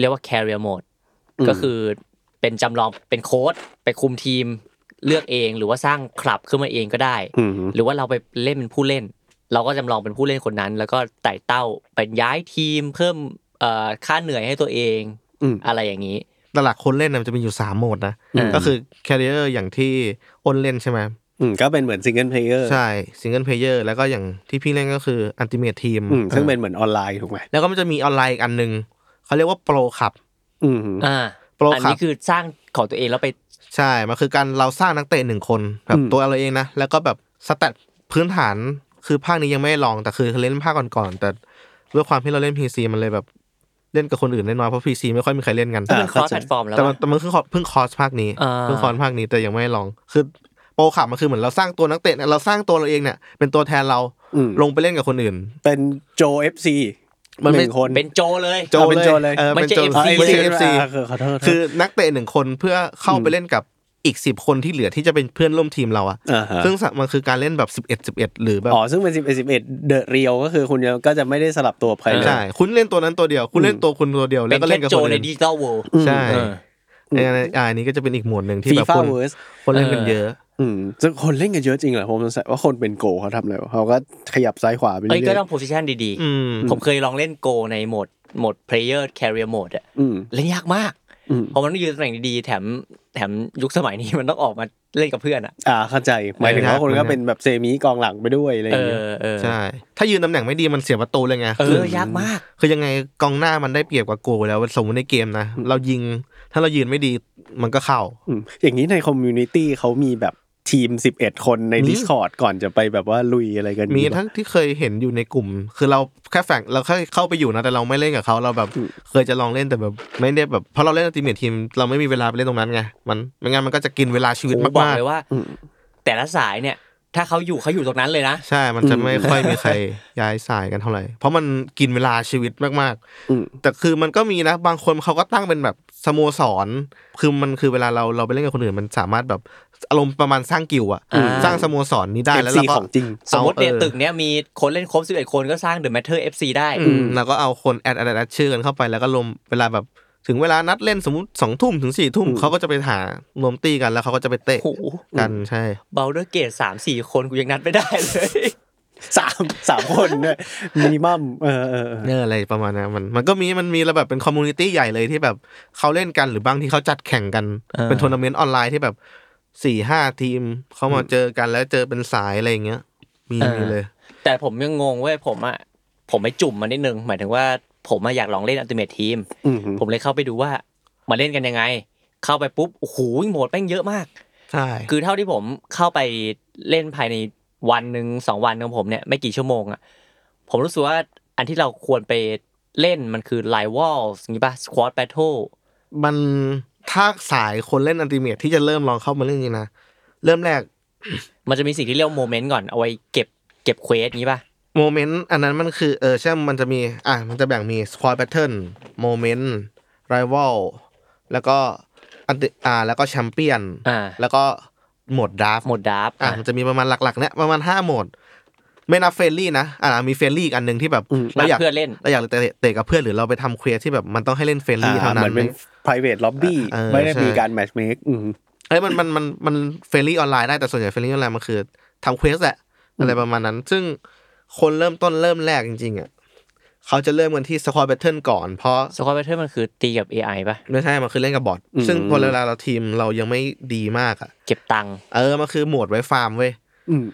[SPEAKER 2] เรียกว่า Carrier Mode
[SPEAKER 1] อืม
[SPEAKER 2] ก็คือเป็นจำลองเป็นโค้ดไปคุมทีมเลือกเองหรือว่าสร้างคลับขึ้นมาเองก็ได้
[SPEAKER 1] อืม
[SPEAKER 2] หรือว่าเราไปเล่นเป็นผู้เล่น เราก็จำลองเป็นผู้เล่นคนนั้น แล้วก็ไต่เต้าเป็นย้ายทีมเพิ่มเอ่อค่าเหนื่อยให้ตัวเอง
[SPEAKER 1] อืม
[SPEAKER 2] อะไรอย่างนี้
[SPEAKER 3] ตลาดคนเล่นน่ะมันจะมีอยู่สามโหมดนะ
[SPEAKER 2] อืม
[SPEAKER 3] ก็คือแคริเออร์อย่างที่อ้นเล่นใช่ไหม
[SPEAKER 1] อืมก็เป็นเหมือนซิงเกิลเพลเยอร์
[SPEAKER 3] ใช่ซิงเกิลเพลเยอร์แล้วก็อย่างที่พี่เล่นก็คืออันติเมททีม
[SPEAKER 1] อืมซึ่งเป็นเหมือนออนไลน์ถูกไหม
[SPEAKER 3] แล้วก็มันจะมีออนไลน์อีกอันหนึ่งเขาเรียกว่าโปรขับ
[SPEAKER 1] อืม
[SPEAKER 2] อ่า
[SPEAKER 3] โปร
[SPEAKER 2] อัน
[SPEAKER 3] ครั
[SPEAKER 2] นี้
[SPEAKER 3] บ
[SPEAKER 2] คือสร้างของตัวเองแล้วไป
[SPEAKER 3] ใช่ มันคือการเราสร้างนักเตะหนึ่งคนแบ
[SPEAKER 1] อื
[SPEAKER 3] บ
[SPEAKER 1] ม
[SPEAKER 3] ตัวเราเองนะ แล้วก็แบบสแตทพื้นฐานคือภาคนี้ยังไม่ได้ลองแต่คือเล่นภาคก่อนๆแต่ด้วยความที่เราเล่น PC มันเลยแบบเล่นกับคนอื่นได้น้อยเพราะ PC ไม่ค่อยมีใครเล่นกัน
[SPEAKER 2] ก็เป็นคอร์ส
[SPEAKER 1] เข้าใจ
[SPEAKER 2] แพลตฟอร์มแล้ว
[SPEAKER 3] แต่มัน
[SPEAKER 2] อะ
[SPEAKER 3] แต่มันคือเพิ่งคอร์สภาคนี้
[SPEAKER 2] อ่า
[SPEAKER 3] เพิ่งคอร์สภาคนี้แต่ยังไม่ได้ลอง คือโปรขับมันคือเหมือนเราสร้างตัวนักเตะเนี่ยเราสร้างตัวเราเองเนี่ยเป็นตัวแทนเรา
[SPEAKER 1] อืม
[SPEAKER 3] ลงไปเล่นกับคนอื่น
[SPEAKER 1] เป็นโจเอฟซี
[SPEAKER 3] มัน
[SPEAKER 1] ห
[SPEAKER 3] ไม่
[SPEAKER 1] นึ่งคน
[SPEAKER 2] เป็นโจเลย
[SPEAKER 3] โจ
[SPEAKER 1] อ่ะเป็นโจเลย
[SPEAKER 3] เออเป็นโจ
[SPEAKER 2] ไม่ใช่ FC
[SPEAKER 3] ไม่ใช่
[SPEAKER 1] เอฟ
[SPEAKER 3] FC
[SPEAKER 1] ซีขอโทษ
[SPEAKER 3] คือนักเตะหนึ่งคนเพื่อเข้าไปเล่นกับอีกสิบคนที่เหลือที่จะเป็นเพื่อนร่วมทีมเราอะ
[SPEAKER 1] อ่าฮะ
[SPEAKER 3] ซึ่งสะมันคือการเล่นแบบสิบเอ็ดสิบเอ็ดหรือแบบ
[SPEAKER 1] อ๋อซึ่งเป็นสิบเอ็ดสิบเอ็ดเดอะเรียวก็คือคุณก็จะไม่ได้สลับตัวใครเลย
[SPEAKER 3] ใช่คุณเล่นตัวนั้นตัวเดียว คุณเล่นตัวคุณตัวเดียว
[SPEAKER 2] เป็
[SPEAKER 3] แล้ว
[SPEAKER 2] น
[SPEAKER 3] ก็
[SPEAKER 2] แค่
[SPEAKER 3] เล่นกับ
[SPEAKER 2] โจ
[SPEAKER 3] คน
[SPEAKER 2] ใน
[SPEAKER 3] อื่น
[SPEAKER 2] ดิจิตอลเวิลด์
[SPEAKER 1] อืม
[SPEAKER 3] ใช่
[SPEAKER 2] เออ
[SPEAKER 3] ไอ้อันนั้นอ่าอันนี้ก็จะเป็นอีกหมวดหนึ่งที่
[SPEAKER 1] ฟี
[SPEAKER 3] แบบ
[SPEAKER 1] ฟ่า
[SPEAKER 3] คน
[SPEAKER 1] เวิร์ส
[SPEAKER 3] คนเล่นกันเยอะ
[SPEAKER 1] อืมซึ่งคนเล่นกันเยอะจริงเหรอผมสงสัยว่าคนเป็นโกเขาทำอะไรวะเขาก็ขยับซ้ายขวาไป
[SPEAKER 2] เอ้
[SPEAKER 1] เรื่
[SPEAKER 2] ยก็
[SPEAKER 1] อย
[SPEAKER 2] ต้องโพสิชันดี
[SPEAKER 3] อืม
[SPEAKER 2] ๆ ผมเคยลองเล่นโกในโหมดโหมดเพลเยอร์แคริเออร์โหมดอะ
[SPEAKER 1] ๆอืม
[SPEAKER 2] เล่นยากมาก
[SPEAKER 1] อืม
[SPEAKER 2] เพราะมันต้องยืนตำแหน่งดีๆแถมแถมยุคสมัยนี้มันต้องออกมาเล่นกับเพื่อนอ่ะ
[SPEAKER 1] อ่าเข้าใจหมายถึงว่าคนก็เป็นแบบเซมิกองหลังไปด้วยอะไรอ
[SPEAKER 2] เอย่าง
[SPEAKER 1] เงี้ย
[SPEAKER 2] อเออ
[SPEAKER 3] ใช่ ถ้ายืนตำแหน่งไม่ดีมันเสียประตูเลยไง
[SPEAKER 2] เอ
[SPEAKER 3] คือ
[SPEAKER 2] อยากมาก
[SPEAKER 3] คือยังไงกองหน้ามันได้เปรียบกว่าโกลแล้วสมมติในเกมนะ เรายิง ถ้าเรายืนไม่ดีมันก็เข้า
[SPEAKER 1] อืมอย่างนี้ในคอมมูนิตี้เขามีแบบทีม 11 คนใน
[SPEAKER 3] มี
[SPEAKER 1] Discord ก่อนจะไปแบบว่าลุยอะไรกัน
[SPEAKER 3] มี
[SPEAKER 1] ปะ
[SPEAKER 3] ทั้งที่เคยเห็นอยู่ในกลุ่ม คือเราแค่แฝงเราแค่เข้าไปอยู่นะแต่เราไม่เล่นกับเขาเราแบบ
[SPEAKER 1] อืม
[SPEAKER 3] เคยจะลองเล่นแต่แบบไม่ได้แบบเพราะเราเล่นทีมเมททีม เราไม่มีเวลาไปเล่นตรงนั้นไงมันไม่งั้นมันก็จะกินเวลาชีวิต
[SPEAKER 2] ผมบอก
[SPEAKER 3] มาก
[SPEAKER 2] เลยว่า
[SPEAKER 1] อืม
[SPEAKER 2] แต่ละสายเนี่ย ถ้าเขาอยู่เขาอยู่ตรงนั้นเลยนะ
[SPEAKER 3] ๆใช่มันจะไม่ค่อยมีใครย้ายสายกันเท่าไหร่เพราะมันกินเวลาชีวิตมาก
[SPEAKER 1] อืม
[SPEAKER 3] ๆ แต่คือมันก็มีนะบางคนเขาก็ตั้งเป็นแบบสโมสร คือมันคือเวลาเราเราไปเล่นกับคนอื่นมันสามารถแบบอารมณ์ประมาณสร้างกิวอะ
[SPEAKER 2] อ่า
[SPEAKER 3] สร้างสโมสรนี้ได้แล้ว
[SPEAKER 1] FC
[SPEAKER 3] เราก็
[SPEAKER 1] ของจริง
[SPEAKER 2] สมมติเนี่ย
[SPEAKER 3] เออ
[SPEAKER 2] ตึกเนี่ยมีคนเล่นครบ11 คนก็สร้าง The Matter FC ได้
[SPEAKER 3] อืมเราก็เอาคนแอดแอดแอดชื่อกันเข้าไปแล้วก็รวมเวลาแบบถึงเวลานัดเล่นสมมติสองทุ่มถึงสี่ทุ่ม
[SPEAKER 1] อืม
[SPEAKER 3] เขาก็จะไปหารวมตีกันแล้วเขาก็จะไปเตะ
[SPEAKER 2] โอ้โห
[SPEAKER 3] กันใช่
[SPEAKER 2] เบลเดอร์เกตสามสี่คนกูยังนัดไม่ได้เลย
[SPEAKER 1] สามสามคนเนี่ยมินิมัมเออเออเออ
[SPEAKER 3] เนออะไรประมาณนั้นมันมันก็มีมันมีระแบบเป็นคอมมูนิตี้ใหญ่เลยที่แบบเขาเล่นกันหรือบางที่เขาจัดแข่งกัน
[SPEAKER 2] เออ
[SPEAKER 3] เป็นทัวร์นาเมนต์ออนไลน์ที่แบบสี่ห้าทีมเขามาเจอกันแล้วเจอเป็นสายอะไรอย่างเงี้ย มีมีเลย
[SPEAKER 2] <laughs> แต่ผมยังงงเว้ยผมอ่ะผมไปจุ่มมันนิดนึง หมายถึงว่าผมอะอยากลองเล่นอัลติเมททีม
[SPEAKER 1] อืม
[SPEAKER 2] ผมเลยเข้าไปดูว่ามาเล่นกันยังไง เข้าไปปุ๊บโอ้โหโหมดแม่งเยอะมาก
[SPEAKER 3] ใช่
[SPEAKER 2] คือเท่าที่ผมเข้าไปเล่นภายในวันหนึ่งสองวันของผมเนี่ยไม่กี่ชั่วโมงอะผมรู้สึกว่าอันที่เราควรไปเล่นมันคือไลวอลส์งี้ป่ะสควอตแบทเทิล
[SPEAKER 3] มันถ้าสายคนเล่นอันติเมทที่จะเริ่มลองเข้ามาเล่นจริงๆนะเริ่มแรก
[SPEAKER 2] มันจะมีสิ่งที่เรียกโมเมนต์ก่อนเอาไว้เก็บเก็บเควสงี้ป่ะ
[SPEAKER 3] โมเมนต์อันนั้นมันคือเออใช่ มันจะมี อ่ะ มันจะแบ่งมี squad pattern moment rival แล้วก็อันติอ่า แล้วก็แชมเปี้ยน
[SPEAKER 2] อ่า
[SPEAKER 3] แล้วก็โหมดดราฟ
[SPEAKER 2] โหมดดราฟ
[SPEAKER 3] อ่ะ มันจะมีประมาณหลักๆเนี่ยประมาณห้าโหมด ไม่นับเฟรนลี่นะ อ่ามีเฟรนลี่อีกอันหนึ่งที่แบบเราอยาก
[SPEAKER 2] เพื่อนเล่น
[SPEAKER 3] เราอยากเตะเตะกับเพื่อนหรือเราไปทำเควสที่แบบมันต้องให้เล่นเฟรนลี่
[SPEAKER 1] อ่า
[SPEAKER 3] เท่านั้
[SPEAKER 1] เหมือน
[SPEAKER 3] น
[SPEAKER 1] เป็น private lobby
[SPEAKER 3] เออ
[SPEAKER 1] ไม่ได้
[SPEAKER 3] ใช่
[SPEAKER 1] มีการ match make อืม
[SPEAKER 3] เอ้ยมันมันมันมันเฟรนลี่ออนไลน์ได้แต่ส่วนใหญ่เฟรนลี่ออนไลน์มันคือทำเควสแหละอะไรประมาณนั้น ซึ่งคนเริ่มต้นเริ่มแรกจริง ๆอ่ะเขาจะเริ่มกันที่สควอตแบทเทิลก่อน เพราะ
[SPEAKER 2] สควอตแบทเทิลมันคือตีกับ AI ป่ะ
[SPEAKER 3] ไม่ใช่มันคือเล่นกับบอท
[SPEAKER 1] อืม
[SPEAKER 3] ซึ่งพอเวลาเราทีมเรายังไม่ดีมากอ่ะ
[SPEAKER 2] เก็บตังค์
[SPEAKER 3] เออมันคือโหมดไว้ฟาร์มเว้ย
[SPEAKER 1] อืม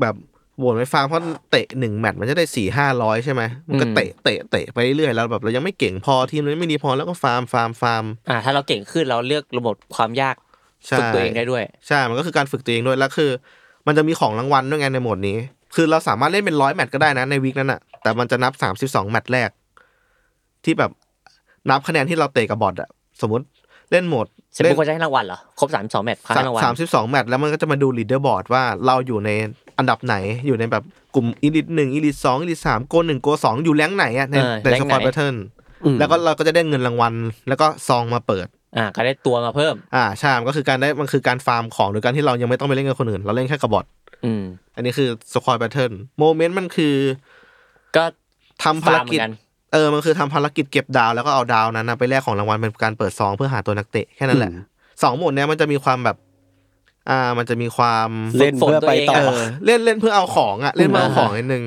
[SPEAKER 3] แบบโหมดไว้ฟาร์มเพราะเตะหนึ่งแมตช์มันจะได้สี่ห้าร้อยใช่ไหมมันก็เตะเตะเตะไปเรื่อยๆแล้วแบบเรายังไม่เก่งพอทีมเรายังไม่ดีพอแล้วก็ฟาร์มฟาร์มฟาร์ม
[SPEAKER 2] อ่าถ้าเราเก่งขึ้นเราเลือกระบบความยาก
[SPEAKER 3] ใช่
[SPEAKER 2] ฝึกตัวเองได้ด้วย
[SPEAKER 3] ใช่ มันก็คือการฝึกตัวเองด้วย แล้วคือ มันจะมีของรางวัลด้วยไงในโหมดนี้ คือเราสามารถเล่นเป็นร้อยแมตช์ก็ได้นะในวีคนั้นอะแต่มันจะนับสามสิบสองแมตช์แรก ที่แบบนับคะแนนที่เราเตะกับบอทอะสมมติเล่นโหมด
[SPEAKER 2] เสร็จ
[SPEAKER 3] เล่
[SPEAKER 2] ปุ๊
[SPEAKER 3] น
[SPEAKER 2] บก็จะให้รางวัลเหรอ ครบสามสองแมตช์ให้รางวัล
[SPEAKER 3] สามสิบสองแมตช์แล้วมันก็จะมาดูลีดเดอร์บอร์ดว่าเราอยู่ในอันดับไหน อยู่ในแบบกลุ่มอีลิทหนึ่งอีลิทสองอีลิทสามโกหนึ่งโกสองอยู่แรงไหนอะในในสควอตแพทเทิร์น
[SPEAKER 1] อืม
[SPEAKER 3] แล้วก็เราก็จะได้เงินรางวัล แล้วก็ซองมาเปิด
[SPEAKER 2] อ่าก็ได้ตัวมาเพิ่ม
[SPEAKER 3] อ่าใช่มันก็คือการได้มันคือการฟาร์มของหรือการที่เรายังไม่ต้องไปเล่นกับคนอื่น เราเล่นแค่กับบอท
[SPEAKER 2] อืม
[SPEAKER 3] อันนี้คือสควอตแบทเทิลโมเมนต์มันคือ
[SPEAKER 2] ก็
[SPEAKER 3] ทำภาร
[SPEAKER 2] ฟมเหมื
[SPEAKER 3] กิจ
[SPEAKER 2] อนน
[SPEAKER 3] เออมันคือทำภารกิจเก็บดาว แล้วก็เอาดาวนั้นนะไปแลกของรางวัลเป็นการเปิดซองเพื่อหาตัวนักเตะแค่นั้นแหละสองโหมดเนี้ยมันจะมีความแบบ อ่ามันจะมีความ
[SPEAKER 1] เล่นเพื่อไปต่อ
[SPEAKER 3] เออเล่นเล่นเพื่อเอาของอ่ะเล่นเพื่อเอาของนิดนึง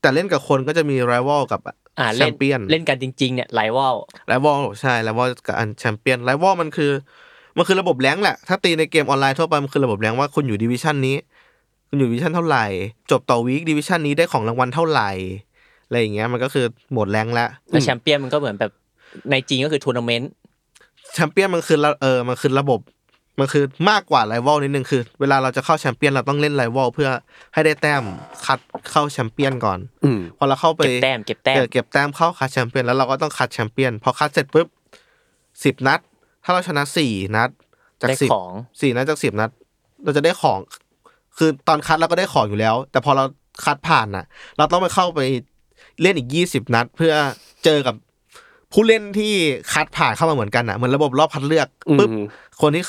[SPEAKER 3] แต่เล่นกับคนก็จะมีไรว a ลกับ
[SPEAKER 2] อ่า
[SPEAKER 3] แช
[SPEAKER 2] เล่น
[SPEAKER 3] มเปี้ยน
[SPEAKER 2] เล่นกันจริงๆเนี่ยไลวอล
[SPEAKER 3] ไรวอลใช่ไรวอลกับอันแชมเปี้ยนไรวอลมันคือ มันคือระบบแรงค์แหละ ถ้าตีในเกมออนไลน์ทั่วไปมันคือระบบแรงค์ว่าคุณอยู่ดิวิชันนี้ คุณอยู่ดิวิชันเท่าไหร่ จบต่อวีคดิวิชันนี้ได้ของรางวัลเท่าไหร่อะไรอย่างเงี้ยมันก็คือโหมดแรงค์ละ
[SPEAKER 2] แล้วแชมเปี้ยนมันก็เหมือนแบบในจีนก็คือทัวร์นาเมนต์
[SPEAKER 3] แชมเปี้ยนมันคือระเออมันคือระบบมันคือมากกว่าไรวอลนิดนึงคือ เวลาเราจะเข้าแชมเปี้ยนเราต้องเล่นไรวอลเพื่อให้ได้แต้มคัดเข้าแชมเปี้ยนก่อน
[SPEAKER 1] อืม
[SPEAKER 3] พอเราเข้าไป
[SPEAKER 2] เก็บแต้มเก็บแต้ม
[SPEAKER 3] ออเก็บแต้มเข้าคัดแชมเปี้ยนแล้วเราก็ต้องคัดแชมเปี้ยนพอคัดเสร็จปุ๊บสิบนัด ถ้าเราชนะสี่นัดจาก
[SPEAKER 2] ได้
[SPEAKER 3] สิบ
[SPEAKER 2] ของ
[SPEAKER 3] สี่นัดจากสิบนัดเราจะได้ของ คือตอนคัดเราก็ได้ของอยู่แล้ว แต่พอเราคัดผ่านน่ะ เราต้องไปเข้าไปเล่นอีกยี่สิบนัด เพื่อเจอกับผู้เล่นที่คัดผ่านเข้ามาเหมือนกันน่ะเหมือนระบบรอบคัดเลือก
[SPEAKER 1] ปึ๊
[SPEAKER 3] ปุ๊
[SPEAKER 1] บ
[SPEAKER 3] บคนที่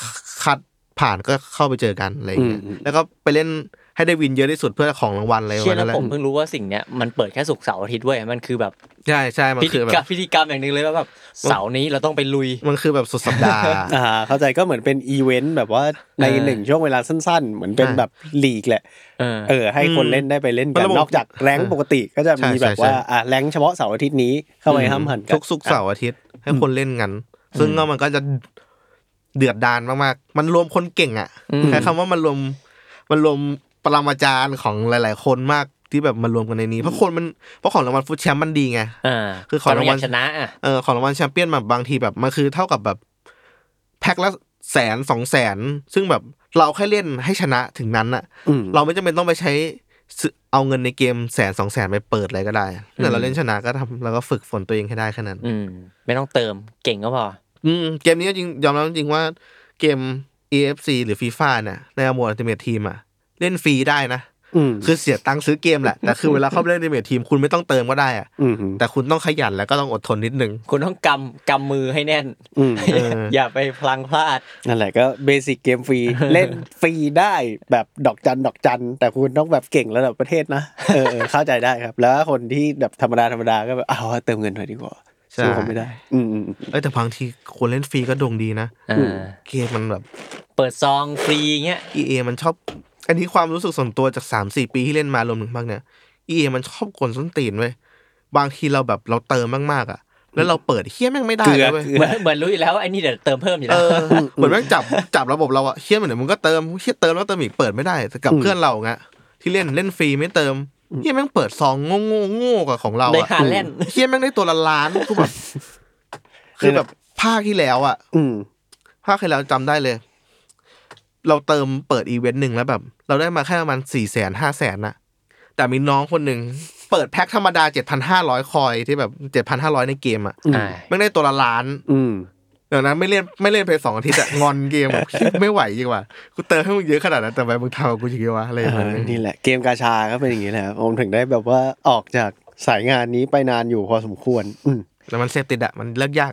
[SPEAKER 3] คัดผ่านก็เข้าไปเจอกันอะไรอย่างเงี้ย
[SPEAKER 1] อืม
[SPEAKER 3] แล้วก็ไปเล่นให้ได้วินเยอะที่สุดเพื่อของรางวัลอะไรประ
[SPEAKER 2] เชื่อ
[SPEAKER 3] มาณ
[SPEAKER 2] แล้ว
[SPEAKER 3] นั้นแหละ
[SPEAKER 2] ผมเพิ่งรู้ว่าสิ่งเนี้ยมันเปิดแค่ศุกร์เสาร์อาทิตย์เว้ยมันคือแบบ
[SPEAKER 3] ใช่ใช่มัน
[SPEAKER 2] พิ
[SPEAKER 3] คื
[SPEAKER 2] ธี
[SPEAKER 3] อ
[SPEAKER 2] ร
[SPEAKER 3] กแบ
[SPEAKER 2] รม
[SPEAKER 3] บ
[SPEAKER 2] พิธีกรรมอย่างหนึ่งเลยว่าแบบเสาร์นี้เราต้องไปลุย
[SPEAKER 3] มันคือแบบสุดสัปดาห์
[SPEAKER 1] อ่าเข้าใจก็เหมือนเป็นอีเวนต์แบบว่าใน
[SPEAKER 2] เออ
[SPEAKER 1] หนึ่งช่วงเวลาสั้น ๆ เหมือนเป็น
[SPEAKER 3] อ่า
[SPEAKER 1] แบบลีกแหละ
[SPEAKER 2] เออ
[SPEAKER 1] เออให้คน
[SPEAKER 3] อืม
[SPEAKER 1] เล่นได้ไปเล่นกั
[SPEAKER 3] มัน
[SPEAKER 1] น
[SPEAKER 3] ระบบ
[SPEAKER 1] นอกจากแรงค์ปกติก็จะมี
[SPEAKER 3] ใช่ใช่
[SPEAKER 1] แบบว่า
[SPEAKER 3] ใช่
[SPEAKER 1] อ่ะแรงค์เฉพาะเสาร์อาทิตย์นี้เข้าไปห้ามหันกัน
[SPEAKER 3] ทุกศุกร์เสาร์อาทิตย์ให้คนเล่นกัน ซึ่งก็มันก็จะเดือดดานมากๆ มันรวมคนเก่งอ่ะ
[SPEAKER 2] อืม
[SPEAKER 3] ใช้คำว่ามันรวมมันรวมปรมาจารย์ของหลาย ๆ คนมากที่แบบมารวมกันในนี้ เพราะคนมันเพราะของรางวัลฟุตแชมป์มันดีไง
[SPEAKER 2] อ่า
[SPEAKER 3] คือขอรางวัล
[SPEAKER 2] ก็ยกชนะอ่ะ
[SPEAKER 3] เออของรางวัลแชมเปี้ยนแบบบางทีแบบมันคือเท่ากับแบบแพ็คละแสนสองแสนซึ่งแบบเราแค่เล่นให้ชนะถึงนั้นอะ
[SPEAKER 1] อืม
[SPEAKER 3] เราไม่จำเป็นต้องไปใช้ซื้อเอาเงินในเกมแสนสองแสนไปเปิดอะไรก็ได้แต่เราเล่นชนะก็ทำแล้วก็ฝึกฝนตัวเองให้ได้แค่นั้น
[SPEAKER 2] อืม ไม่ต้องเติมเก่งก็พอ
[SPEAKER 3] อืมเกมนี้ก็จริงยอมรับจริงๆว่าเกม EFC หรือ FIFA เนี่ยในหมวด Ultimate Team อะเล่นฟรีได้นะ
[SPEAKER 1] อืม
[SPEAKER 3] คือเสียตังค์ซื้อเกมแหละ แต่คือเวลาเข้าไปเล่น Ultimate Team คุณไม่ต้องเติมก็ได้อะ
[SPEAKER 1] อืม
[SPEAKER 3] แต่คุณต้องขยันแล้วก็ต้องอดทนนิดนึง
[SPEAKER 2] คุณต้องกำกำมือให้แน่น
[SPEAKER 1] อืม
[SPEAKER 3] เออ
[SPEAKER 2] <laughs> อย่าไปพลังพลาด
[SPEAKER 1] นั่นแหละก็เบสิกเกมฟรี
[SPEAKER 3] <laughs>
[SPEAKER 1] เล่นฟรีได้แบบดอกจันดอกจัน แต่คุณต้องแบบเก่งระดับประเทศนะ <laughs> เออเออเข้าใจได้ครับ แล้วคนที่แบบธรรมดาธรรมดาก็แบบเอาวะเติมเงินหน่อยดีกว่า
[SPEAKER 3] ใช่
[SPEAKER 1] สู้เขาไม่ได้ อืมอืมอืม
[SPEAKER 3] เอ้ยแต่บางทีคนเล่นฟรีก็โด่งดีนะ
[SPEAKER 2] อ่า
[SPEAKER 3] เกมมันแบบ
[SPEAKER 2] เปิดซองฟรีเงี้ย
[SPEAKER 3] EA มันชอบ อันนี้ความรู้สึกส่วนตัวจากสามสี่ปีที่เล่นมารวมถึงมากเนี่ย EA มันชอบกลส้นตีนเว้ยบางทีเราแบบเราเติมมากๆอ่ะ แล้วเราเปิดเฮี้ยแม่งไม่ได้
[SPEAKER 1] เกลือ
[SPEAKER 3] เว้ย
[SPEAKER 1] เกลื
[SPEAKER 2] เหมือนเหมือนรู้อยู่แล้วว่าไอ้นี่เดี๋ยวเติมเพิ่มอยู่
[SPEAKER 3] เอ
[SPEAKER 2] แล้ว
[SPEAKER 3] อเหมือนแม่งจับจับระบบเราอ่ะเฮี้ยเหมือนมึงก็เติมเฮี้ยเติมแล้วเติมอีกเปิดไม่ได้แต่กับเพื่อนเราไงที่เล่นเล่นฟรีไม่เติมเฮี้ยแม่งเปิดซองโง่โง่โง่กับของเรา
[SPEAKER 2] ได้
[SPEAKER 3] อ่ะ
[SPEAKER 2] <laughs> หาเล่น
[SPEAKER 3] เฮี้ยแม่งได้ตัวละล้านคือแบบคือแบบภาคที่แล้วอ่ะ
[SPEAKER 1] อืม
[SPEAKER 3] ภาคที่แล้วจำได้เลย เราเติมเปิดอีเวนต์หนึ่งแล้วแบบ เราได้มาแค่ประมาณสี่แสนห้าแสนน่ะ แต่มีน้องคนหนึ่งเปิดแพ็คธรรมดาเจ็ดพันห้าร้อยคอยที่แบบเจ็ดพันห้าร้อยในเกมอ่ะ
[SPEAKER 1] อืม
[SPEAKER 2] อ่า
[SPEAKER 3] ไม่งได้ตัวละล้าน
[SPEAKER 1] อืม
[SPEAKER 3] เดี๋ยวนั้นไม่เล่นไม่เล่นไปสองอาทิตย์อะ งอนเกมแบบไม่ไหวจริงว่ะกูเติมให้มึงเยอะขนาดนั้นแต่ทำไปมึงทำกับกูจริงวะอะไรแบบ
[SPEAKER 1] เออ
[SPEAKER 3] นี้
[SPEAKER 1] นี่แหละเกมกาชาก็เป็นอย่างนี้แหละครับผมถึงได้แบบว่าออกจากสายงานนี้ไปนานอยู่พอสมควร อืม
[SPEAKER 3] แต่มันเสพติดอะมันเลิกยาก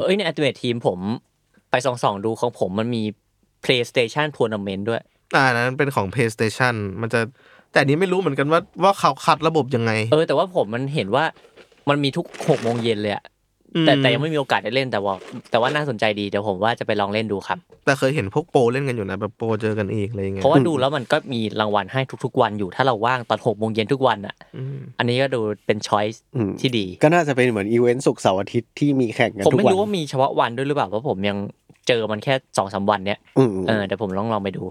[SPEAKER 2] เอ้ยใน Ultimate Team ผมไปส่องๆดูของผมมันมี PlayStation Tournament ด้วย
[SPEAKER 3] อ่าอันนั้นเป็นของ PlayStation มันจะแต่อันนี้ไม่รู้เหมือนกันว่าว่าเขาคัดระบบยังไง
[SPEAKER 2] เออแต่ว่าผมมันเห็นว่ามันมีทุกหกโมงเย็นเลยอะแต่
[SPEAKER 3] อืม
[SPEAKER 2] แต่ยังไม่มีโอกาสได้เล่นแต่ว่า แต่ว่าน่าสนใจดีเดี๋ยวผมว่าจะไปลองเล่นดูครับ
[SPEAKER 3] แต่เคยเห็นพวกโปรเล่นกันอยู่นะแบบโปรเจอกันเองอะไรอย่างเงี้
[SPEAKER 2] เพ
[SPEAKER 3] ย
[SPEAKER 2] ราะว่าดูแล้วมันก็มีรางวัลให้ทุกๆ วันอยู่ถ้าเราว่างตอนหกโมงเย็นทุกวันอ่ะ
[SPEAKER 3] อืม
[SPEAKER 2] อันนี้ก็ดูเป็นช้อยส์
[SPEAKER 1] อืม
[SPEAKER 2] ที่ดี
[SPEAKER 1] ก็น่าจะเป็นเหมือนอีเวนต์ศุกร์เสาร์อาทิตย์ที่มีแข่งกัน
[SPEAKER 2] ผม
[SPEAKER 1] ทุก
[SPEAKER 2] ไม่
[SPEAKER 1] วัน
[SPEAKER 2] รู้ว่ามีเฉพาะวันด้วยหรือเปล่าเพราะผมยังเจอมันแค่สองสามวันเนี้ย
[SPEAKER 1] อืมอืม
[SPEAKER 2] เออเดี๋ยวผมลองลองไปดู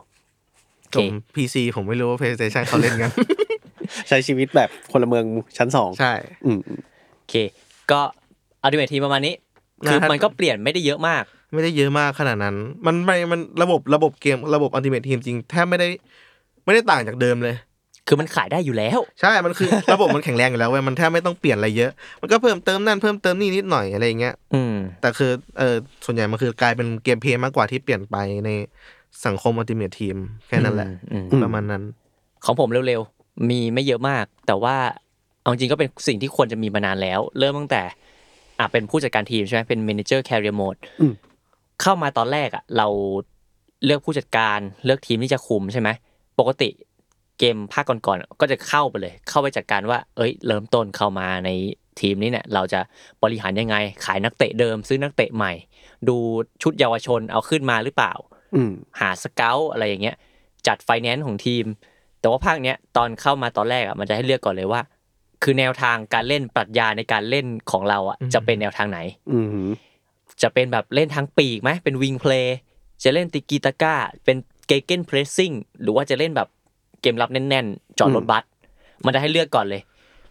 [SPEAKER 2] โอ
[SPEAKER 3] ผ
[SPEAKER 2] เค
[SPEAKER 3] ม PC ผมไม่รู้ว่า PlayStation เขาเล่นกัน
[SPEAKER 1] ใช้ชีวิตแบบคนละเมืองชั้นสอง
[SPEAKER 3] ใช่
[SPEAKER 1] อืมอืม
[SPEAKER 2] โอเค ก็อัลติเมททีประมาณนี้ คือ
[SPEAKER 3] นะครับ
[SPEAKER 2] มันก็เปลี่ยนไม่ได้เยอะมาก
[SPEAKER 3] ไม่ได้เยอะมากขนาดนั้น มันไม่มันระบบระบบเกมระบบ Ultimate Team จริงแทบไม่ได้ ไม่ได้ต่างจากเดิมเลย
[SPEAKER 2] คือมันขายได้อยู่แล้ว
[SPEAKER 3] ใช่ มันคือ <laughs> ระบบมันแข็งแรงอยู่แล้วเว้ยมันแทบไม่ต้องเปลี่ยนอะไรเยอะ มันก็เพิ่มเติมนั่นเพิ่มเติมนี่นิดหน่อยอะไรอย่างเงี้ย
[SPEAKER 2] อืม
[SPEAKER 3] แต่คือเออส่วนใหญ่มันคือกลายเป็นเกมเพลย์มากกว่าที่เปลี่ยนไปในสังคม Ultimate Team แค่นั้นแหละ
[SPEAKER 2] อืม
[SPEAKER 1] อืม
[SPEAKER 3] ประมาณนั้น
[SPEAKER 2] ของผมเร็วๆ มีไม่เยอะมาก แต่ว่าเอาจริงก็เป็นสิ่งที่ควรจะมีมานานแล้ว เริ่มตั้งแต่อ่ะเป็นผู้จัดการทีมใช่ไหมเป็น manager career mode
[SPEAKER 1] อืม
[SPEAKER 2] เข้ามาตอนแรกอ่ะเราเลือกผู้จัดการเลือกทีมที่จะคุมใช่ไหมปกติเกมภาคก่อนๆอ่ะก็จะเข้าไปเลย เข้าไปจัดการว่า เอ้ย เริ่มต้นเข้ามาในทีมนี้เนี่ยเราจะบริหารยังไง ขายนักเตะเดิม ซื้อนักเตะใหม่ ดูชุดเยาวชนเอาขึ้นมาหรือเปล่า
[SPEAKER 1] อืม
[SPEAKER 2] หาสเกลอะไรอย่างเงี้ย จัดไฟแนนซ์ของทีม แต่ว่าภาคเนี้ยตอนเข้ามาตอนแรกอ่ะมันจะให้เลือกก่อนเลยว่า คือแนวทางการเล่นปรัชญาในการเล่นของเราอ่ะ
[SPEAKER 3] อืม
[SPEAKER 2] จะเป็นแนวทางไหน
[SPEAKER 1] อืม
[SPEAKER 2] จะเป็นแบบเล่นทางปีกไหมเป็นวิงเพลย์จะเล่นติกีตาก้า เป็นเกเกนเพรสซิ่งหรือว่าจะเล่นแบบเกมรับแน่นๆ จอดรถบัสมันจะให้เลือกก่อนเลย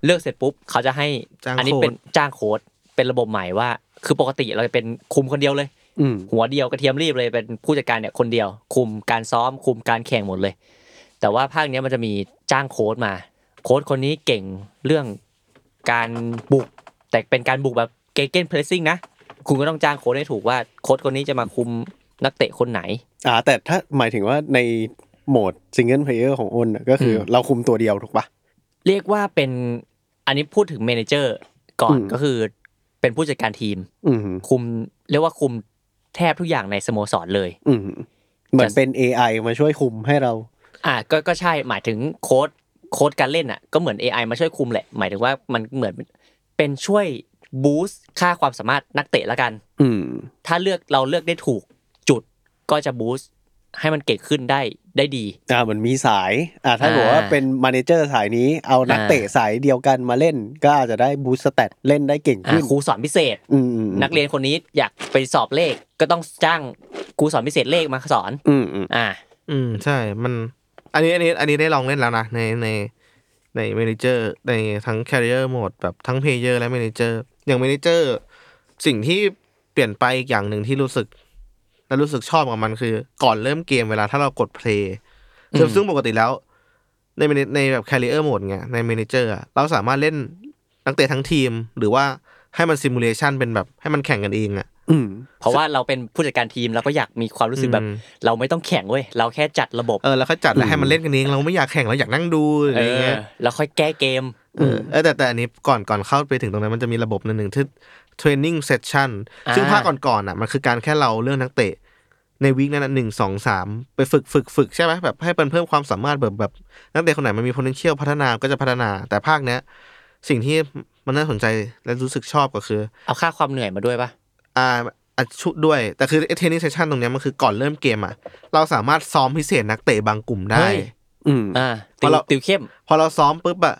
[SPEAKER 2] เลือกเสร็จปุ๊บเขาจะให้
[SPEAKER 3] จ้าง
[SPEAKER 2] อันี้
[SPEAKER 3] โค้ด
[SPEAKER 2] เป็นจ้างโค้ดเป็นระบบใหม่ว่า คือปกติเราจะเป็นคุมคนเดียวเลย
[SPEAKER 1] อืม
[SPEAKER 2] หัวเดียวกระเทียมรีบเลยเป็นผู้จัดการเนี่ยคนเดียว คุมการซ้อมคุมการแข่งหมดเลย แต่ว่าภาคเนี้ยมันจะมีจ้างโค้ดมา โค้ดคนนี้เก่งเรื่องการบุก แต่เป็นการบุกแบบเกเกนเพรสซิ่งนะ คุณก็ต้องจ้างโค้ดให้ถูกว่าโค้ดคนนี้จะมาคุมนักเตะคนไหน
[SPEAKER 1] อ่าแต่ถ้าหมายถึงว่าในโหมดซิงเกิลเพลเยอร์ของอ้นน่ะก็คืออเราคุมตัวเดียวถูกปะ
[SPEAKER 2] เรียกว่าเป็นอันนี้พูดถึงเมเนเจอร์ก่อน
[SPEAKER 1] อืม
[SPEAKER 2] ก็คือเป็นผู้จัดการทีม
[SPEAKER 1] อืม
[SPEAKER 2] คุมเรียกว่าคุมแทบทุกอย่างในสโมสรเลย
[SPEAKER 1] อืมเหมือนเป็น AI มาช่วยคุมให้เรา
[SPEAKER 2] อ่าก็ก็ใช่หมายถึงโค้ดโค้ดการเล่นอ่ะก็เหมือน AI มาช่วยคุมแหละ หมายถึงว่ามันเหมือนเป็นช่วยบูสต์ค่าความสามารถนักเตะละกัน
[SPEAKER 1] อืม
[SPEAKER 2] ถ้าเลือกเราเลือกได้ถูกจุดก็จะบูสต์ ให้มันเก่งขึ้นได้ได้ดี
[SPEAKER 1] อ่าเหมือนมีสายอ่าถ้า
[SPEAKER 2] อ่า
[SPEAKER 1] บอกว่าเป็นมาเนเจอร์สายนี้เอานัก
[SPEAKER 2] อ่า
[SPEAKER 1] เตะสายเดียวกันมาเล่น ก็อาจจะได้บูสต์สเตตเล่นได้เก่ง
[SPEAKER 2] อ่ะ
[SPEAKER 1] ขึ้น
[SPEAKER 2] ครูสอนพิเศษ
[SPEAKER 1] อืมอืมอืม
[SPEAKER 2] นักเรียนคนนี้อยากไปสอบเลขก็ต้องจ้างครูสอนพิเศษเลขมาสอน
[SPEAKER 1] อืมอืม
[SPEAKER 2] อ่า
[SPEAKER 3] อืมใช่ มัน อันนี้อันนี้อันนี้ได้ลองเล่นแล้วนะ ในในในเมนเจอร์ในทั้งแคริเออร์โหมดแบบทั้งเพลเยอร์และเมนเจอร์อย่างเมนเจอร์สิ่งที่เปลี่ยนไปอีกอย่างหนึ่งที่รู้สึก และรู้สึกชอบกับมันคือ ก่อนเริ่มเกมเวลาถ้าเรากดเพลย์ซึ่ง
[SPEAKER 2] อืม
[SPEAKER 3] ซึ่งปกติแล้ว ใน manage- ในแบบแคริเออร์โหมดไงในเมนเจอร์เราสามารถเล่นนักเตะทั้งทีม หรือว่าให้มันซิมูเลชันเป็นแบบให้มันแข่งกันเองอะ
[SPEAKER 1] อืม
[SPEAKER 2] เพราะว่าเราเป็นผู้จัดการทีมเราก็อยากมีความรู้สึกแบบ
[SPEAKER 3] อืม
[SPEAKER 2] เราไม่ต้องแข่งเว้ยเราแค่จัดระบบ
[SPEAKER 3] เออแล้วเขาจัดแล้วให้มันเล่นกันเองเราไม่อยากแข่งเราอยากนั่งดูหรืออะไรเงี้ย
[SPEAKER 2] เออแล้วค่อยแก้เกม
[SPEAKER 3] เออเออแต่แต่อันนี้ก่อนก่อนเข้าไปถึงตรงนั้นมันจะมีระบบหนึ่งที่เทรนนิ่งเซสชั่น
[SPEAKER 2] อ่า
[SPEAKER 3] ซึ่งภาคก่อนๆอ่ะมันคือการแค่เราเรื่องนักเตะ ในวีคนั้นนะหนึ่งสองสามไปฝึกฝึกฝึกใช่ไหมแบบให้มันเพิ่มความสามารถแบบแบบนักเตะคนไหนมันมี potential พัฒนาก็จะพัฒนา แต่ภาคเนี้ยสิ่งที่มันน่าสนใจและรู้สึกชอบก็คือ
[SPEAKER 2] เอาค่าความเหนื่อยมาด้วยปะ
[SPEAKER 3] อ่าอาชุดด้วย แต่คือเทรนนิ่งเซสชั่นตรงเนี้ยมันคือก่อนเริ่มเกมอ่ะเราสามารถซ้อมพิเศษนักเตะบางกลุ่มได้
[SPEAKER 2] เฮ้ย
[SPEAKER 1] อืม
[SPEAKER 2] อ่า
[SPEAKER 3] เพราะเรา
[SPEAKER 2] ติวเข้ม
[SPEAKER 3] พอเราซ้อมปุ๊บอะ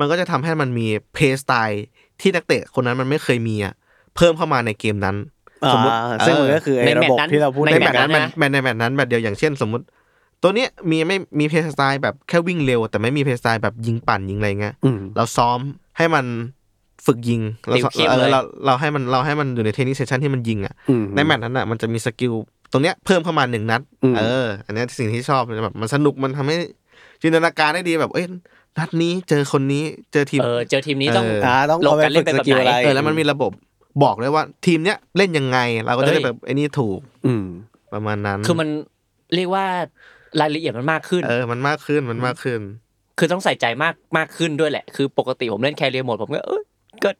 [SPEAKER 3] มันก็จะทำให้มันมีเพย์สไตล์ที่นักเตะคนนั้นมันไม่เคยมีอะเพิ่มเข้ามาในเกมนั้น สมมุติ
[SPEAKER 1] อ่าซึ่งมันก็คือไอ้
[SPEAKER 2] ใน
[SPEAKER 1] ระ
[SPEAKER 2] แมตช์
[SPEAKER 1] บบ
[SPEAKER 2] นั้น
[SPEAKER 1] ที่เราพูด
[SPEAKER 2] ใน
[SPEAKER 1] ถึง
[SPEAKER 3] แมตช์นั้น
[SPEAKER 2] แบบนั้นนะ
[SPEAKER 3] แมตช์ในแมตช์นั้นแบบเดียวอย่างเช่น สมมติ ตัวเนี้ยมีไม่มีเพย์สไตล์แบบแค่วิ่งเร็ว แต่ไม่มีเพย์สไตล์แบบยิงปั่นยิงอะไรเงี้ย
[SPEAKER 1] อืม
[SPEAKER 3] เราซ้อมให้มันฝึกยิงเรา
[SPEAKER 2] ติวเข้ม
[SPEAKER 3] เออ
[SPEAKER 2] เลย
[SPEAKER 3] เราเราให้มันเราให้มันอยู่ในเทนนิสเซสชั่นที่มันยิงอะ
[SPEAKER 1] อืม
[SPEAKER 3] ในแมตช์นั้นอะมันจะมีสกิลตรงเนี้ยเพิ่มเข้ามาหนึ่งนัด
[SPEAKER 1] อืม
[SPEAKER 3] เออ อันเนี้ยสิ่งที่ชอบแบบมันสนุกมันทำให้จินตนาการได้ดีแบบเอ้ยนัดนี้เจอคนนี้เจอทีม
[SPEAKER 2] เออเจอทีมนี้ต้อง
[SPEAKER 3] เออ
[SPEAKER 1] อ่าต้อง
[SPEAKER 2] ลง
[SPEAKER 1] เอาไป
[SPEAKER 2] การเล่
[SPEAKER 1] ฝึก
[SPEAKER 2] นเป็น
[SPEAKER 1] ส
[SPEAKER 2] แบบ
[SPEAKER 1] กิล
[SPEAKER 2] ไหน
[SPEAKER 1] อะไร
[SPEAKER 3] เออแล้วมันมีระบบบอกเลยว่าทีมเนี้ยเล่นยังไง เราก็จะได้
[SPEAKER 2] เอ้ย
[SPEAKER 3] แบบไอ้นี่ถูก
[SPEAKER 1] อืม
[SPEAKER 3] ประมาณนั้น
[SPEAKER 2] คือมันเรียกว่ารายละเอียดมันมากขึ้น
[SPEAKER 3] เออมันมากขึ้นมันมากขึ้น
[SPEAKER 2] คือต้องใส่ใจมากมากขึ้นด้วยแหละ คือปกติผมเล่นแคเรียโหมดผมก็เออก็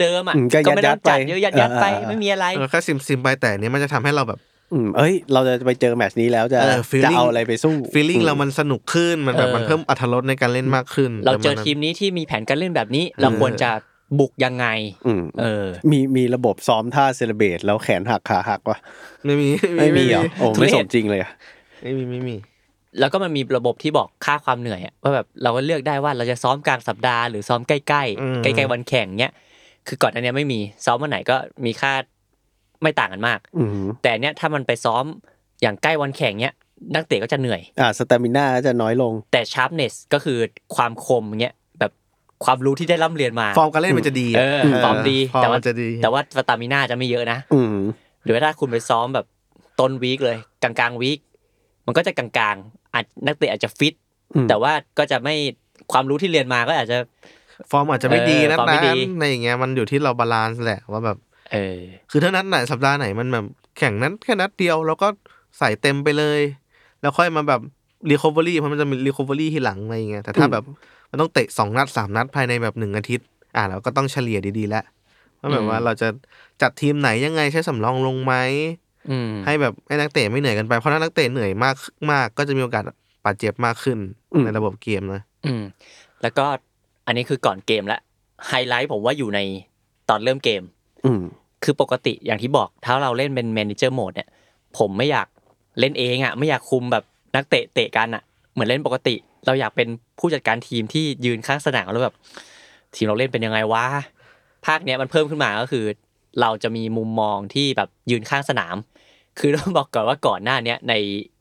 [SPEAKER 2] เดิมๆอ่ะ
[SPEAKER 1] อืมก็ยัดๆ
[SPEAKER 2] ไม่ต้องจัด
[SPEAKER 1] ไป
[SPEAKER 2] เยอะยัดยัดๆไป
[SPEAKER 1] เออ
[SPEAKER 2] ไม่มีอะไร
[SPEAKER 3] แล้วก็ซิมซิมไปแต่อันเนี้ยมันจะทำให้เราแบบ
[SPEAKER 1] อืมเอ้ย เราจะไปเจอแมตช์นี้แล้วจะ
[SPEAKER 3] เออ feeling
[SPEAKER 1] จะเอาอะไรไปสู้
[SPEAKER 3] ฟีลลิ่งเรามันสนุกขึ้นมันแบบ
[SPEAKER 2] เออ
[SPEAKER 3] มันเพิ่มอัธรสในการเล่นมากขึ้น
[SPEAKER 2] เราเจอ
[SPEAKER 3] ปะณนั้น
[SPEAKER 2] ทีมนี้ที่มีแผนการเล่นแบบนี้ เราควรจะบุกยังไง
[SPEAKER 1] อืม
[SPEAKER 2] เออ
[SPEAKER 1] มีมีระบบซ้อมท่าเซเลเบตแล้วแขนหักขาหักวะ
[SPEAKER 3] ไม่มี
[SPEAKER 1] ไม่มีเหรอโอ้
[SPEAKER 2] ทุเรศ
[SPEAKER 1] ไม่สมจริงเลยอะ
[SPEAKER 3] ไม่มีไม่มี
[SPEAKER 2] แล้วก็มันมีระบบที่บอกค่าความเหนื่อยอะว่าแบบเราก็เลือกได้ว่าเราจะซ้อมกลางสัปดาห์หรือซ้อมใกล้ๆใกล้ๆวันแข่งเนี้ยคือก่อนอันเนี้ยไม่มีซ้อมวันไหนก็มีค่าไม่ต่างกันมาก
[SPEAKER 1] อืม
[SPEAKER 2] แต่เนี้ยถ้ามันไปซ้อมอย่างใกล้วันแข่งเนี้ยนักเตะก็จะเหนื่อย
[SPEAKER 1] อ่าสเตมิน่าจะน้อยลง
[SPEAKER 2] แต่ sharpness ก็คือความคมเงี้ยแบบความรู้ที่ได้ร่ำเรียนมา
[SPEAKER 3] ฟอร์มการเล่นมันจะดี
[SPEAKER 2] เออฟอร์มดี
[SPEAKER 3] ฟอ
[SPEAKER 2] แต่
[SPEAKER 3] ร์ม
[SPEAKER 2] ว่า
[SPEAKER 3] มันจะดี
[SPEAKER 2] แต่ว่าสตามิน่าจะไม่เยอะนะ
[SPEAKER 1] อืม
[SPEAKER 2] หรือว่าถ้าคุณไปซ้อมแบบต้นวีคเลย กลางกลางวีคมันก็จะกลางๆอาจนักเตะอาจจะฟิต
[SPEAKER 1] อืม
[SPEAKER 2] แต่ว่าก็จะไม่ความรู้ที่เรียนมาก็อาจจะ
[SPEAKER 3] ฟอร์มอาจจะไม่ดี
[SPEAKER 2] เออ
[SPEAKER 3] นะ
[SPEAKER 2] ฟอร์มไม่
[SPEAKER 3] นะ
[SPEAKER 2] ดี
[SPEAKER 3] ในอย่างเงี้ยมันอยู่ที่เราบาลานซ์แหละว่าแบบ
[SPEAKER 2] เออ
[SPEAKER 3] คือถ้านัดไหนสัปดาห์ไหนมันแบบแข่งนั้นแค่นัดเดียวแล้วก็ใส่เต็มไปเลย แล้วค่อยมาแบบรีคอเวอรี่เพราะมันจะมีรีคอเวอรี่ทีหลังอะไรอย่างเงี้ยแต่ถ้าแบบมันต้องเตะสองนัดสามนัดภายในแบบหนึ่งอาทิตย์ อ่ะเราก็ต้องเฉลี่ยดีๆแล้วว่าแบ
[SPEAKER 2] อื
[SPEAKER 3] บ
[SPEAKER 2] ม
[SPEAKER 3] ว่าเราจะจัดทีมไหนยังไงใช้สำรองลงไหม
[SPEAKER 2] อืม
[SPEAKER 3] ให้แบบให้นักเตะไม่เหนื่อยกันไปเพราะถ้านักเตะเหนื่อยมากมากก็จะมีโอกาสบาดเจ็บมากขึ้น
[SPEAKER 1] อืม
[SPEAKER 3] ในระบบเกมนะ
[SPEAKER 2] อืมแล้วก็อันนี้คือก่อนเกมละไฮไลท์ผมว่าอยู่ในตอนเริ่มเกม
[SPEAKER 1] อืม
[SPEAKER 2] คือปกติอย่างที่บอกถ้าเราเล่นเป็นแมเนเจอร์โหมดเนี่ย ผมไม่อยากเล่นเองอ่ะ ไม่อยากคุมแบบนักเตะเตะกันอ่ะ เหมือนเล่นปกติ เราอยากเป็นผู้จัดการทีมที่ยืนข้างสนามแล้วแบบ ทีมเราเล่นเป็นยังไงวะภาคเนี้ยมันเพิ่มขึ้นมาก็คือ เราจะมีมุมมองที่แบบยืนข้างสนาม คือต้องบอกก่อนว่าก่อนหน้าเนี้ยใน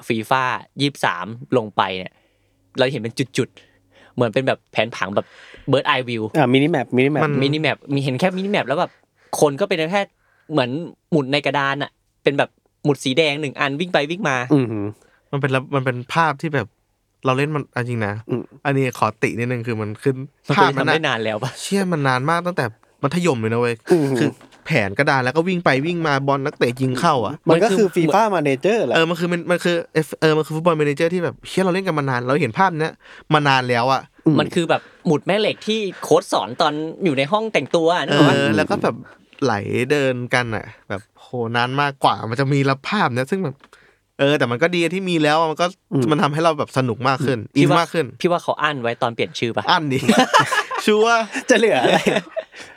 [SPEAKER 2] ฟีฟ่ายี่สามลงไปเนี่ย เราเห็นเป็นจุดๆเหมือนเป็นแบบแผนผังแบบเบิร์ดไอวิว
[SPEAKER 1] อ่ามินิแมปมินิแมป
[SPEAKER 2] มินิแมปมีเห็นแค่มินิแมปแล้วแบบคนก็เป็นแค่เหมือนหมุดในกระดานอะเป็นแบบหมุดสีแดงหนึ่งอันวิ่งไปวิ่งมา
[SPEAKER 1] อืม
[SPEAKER 3] มันเป็นระมันเป็นภาพที่แบบเราเล่นมันเอาจริงนะ
[SPEAKER 1] อืม
[SPEAKER 3] อันนี้ขอตินิดนึงคือมันขึ้น
[SPEAKER 2] มัน
[SPEAKER 3] ภาพ
[SPEAKER 2] เคย
[SPEAKER 3] มัน
[SPEAKER 2] ทำ
[SPEAKER 3] อะ
[SPEAKER 2] ได้นานแล้วปะ
[SPEAKER 3] เชี่ยมันนานมากตั้งแต่มัธยมเลยนะเว้ย คือแผนกระดานแล้วก็วิ่งไปวิ่งมาบอลนักเตะยิงเข้าอ่ะ
[SPEAKER 1] มันก็คือฟีฟ่ามาเนเจอร์แหละ
[SPEAKER 3] เออ มันคือมันมันคือเอฟเออ มันคือฟุตบอลเมเนเจอร์ที่แบบเชี่ยเราเล่นกันมานานเราเห็นภาพเนี้ยมานานแล้วอ่ะ
[SPEAKER 2] มันคือแบบหมุดแม่เหล็กที่โค้ดสอนตอนอยู่ในห้องแต่งตัว
[SPEAKER 3] เอ
[SPEAKER 2] นึกออกปะ
[SPEAKER 3] อ แล้วก็แบบไหลเดินกันอ่ะ แบบโหนานมากกว่ามันจะมีละภาพเนี้ยซึ่งแบบ เออ แต่มันก็ดีที่มีแล้วอะมันก็
[SPEAKER 1] อืม
[SPEAKER 3] มันทำให้เราแบบสนุกมากขึ้นอิ
[SPEAKER 2] พี่ว่าม
[SPEAKER 3] นากขึ้น
[SPEAKER 2] พี่ว่าเขาอั้นไว้ตอนเปลี่ยนชื่อปะ
[SPEAKER 3] อัน <laughs> ดี ชัวร์
[SPEAKER 1] จะเหลืออะไร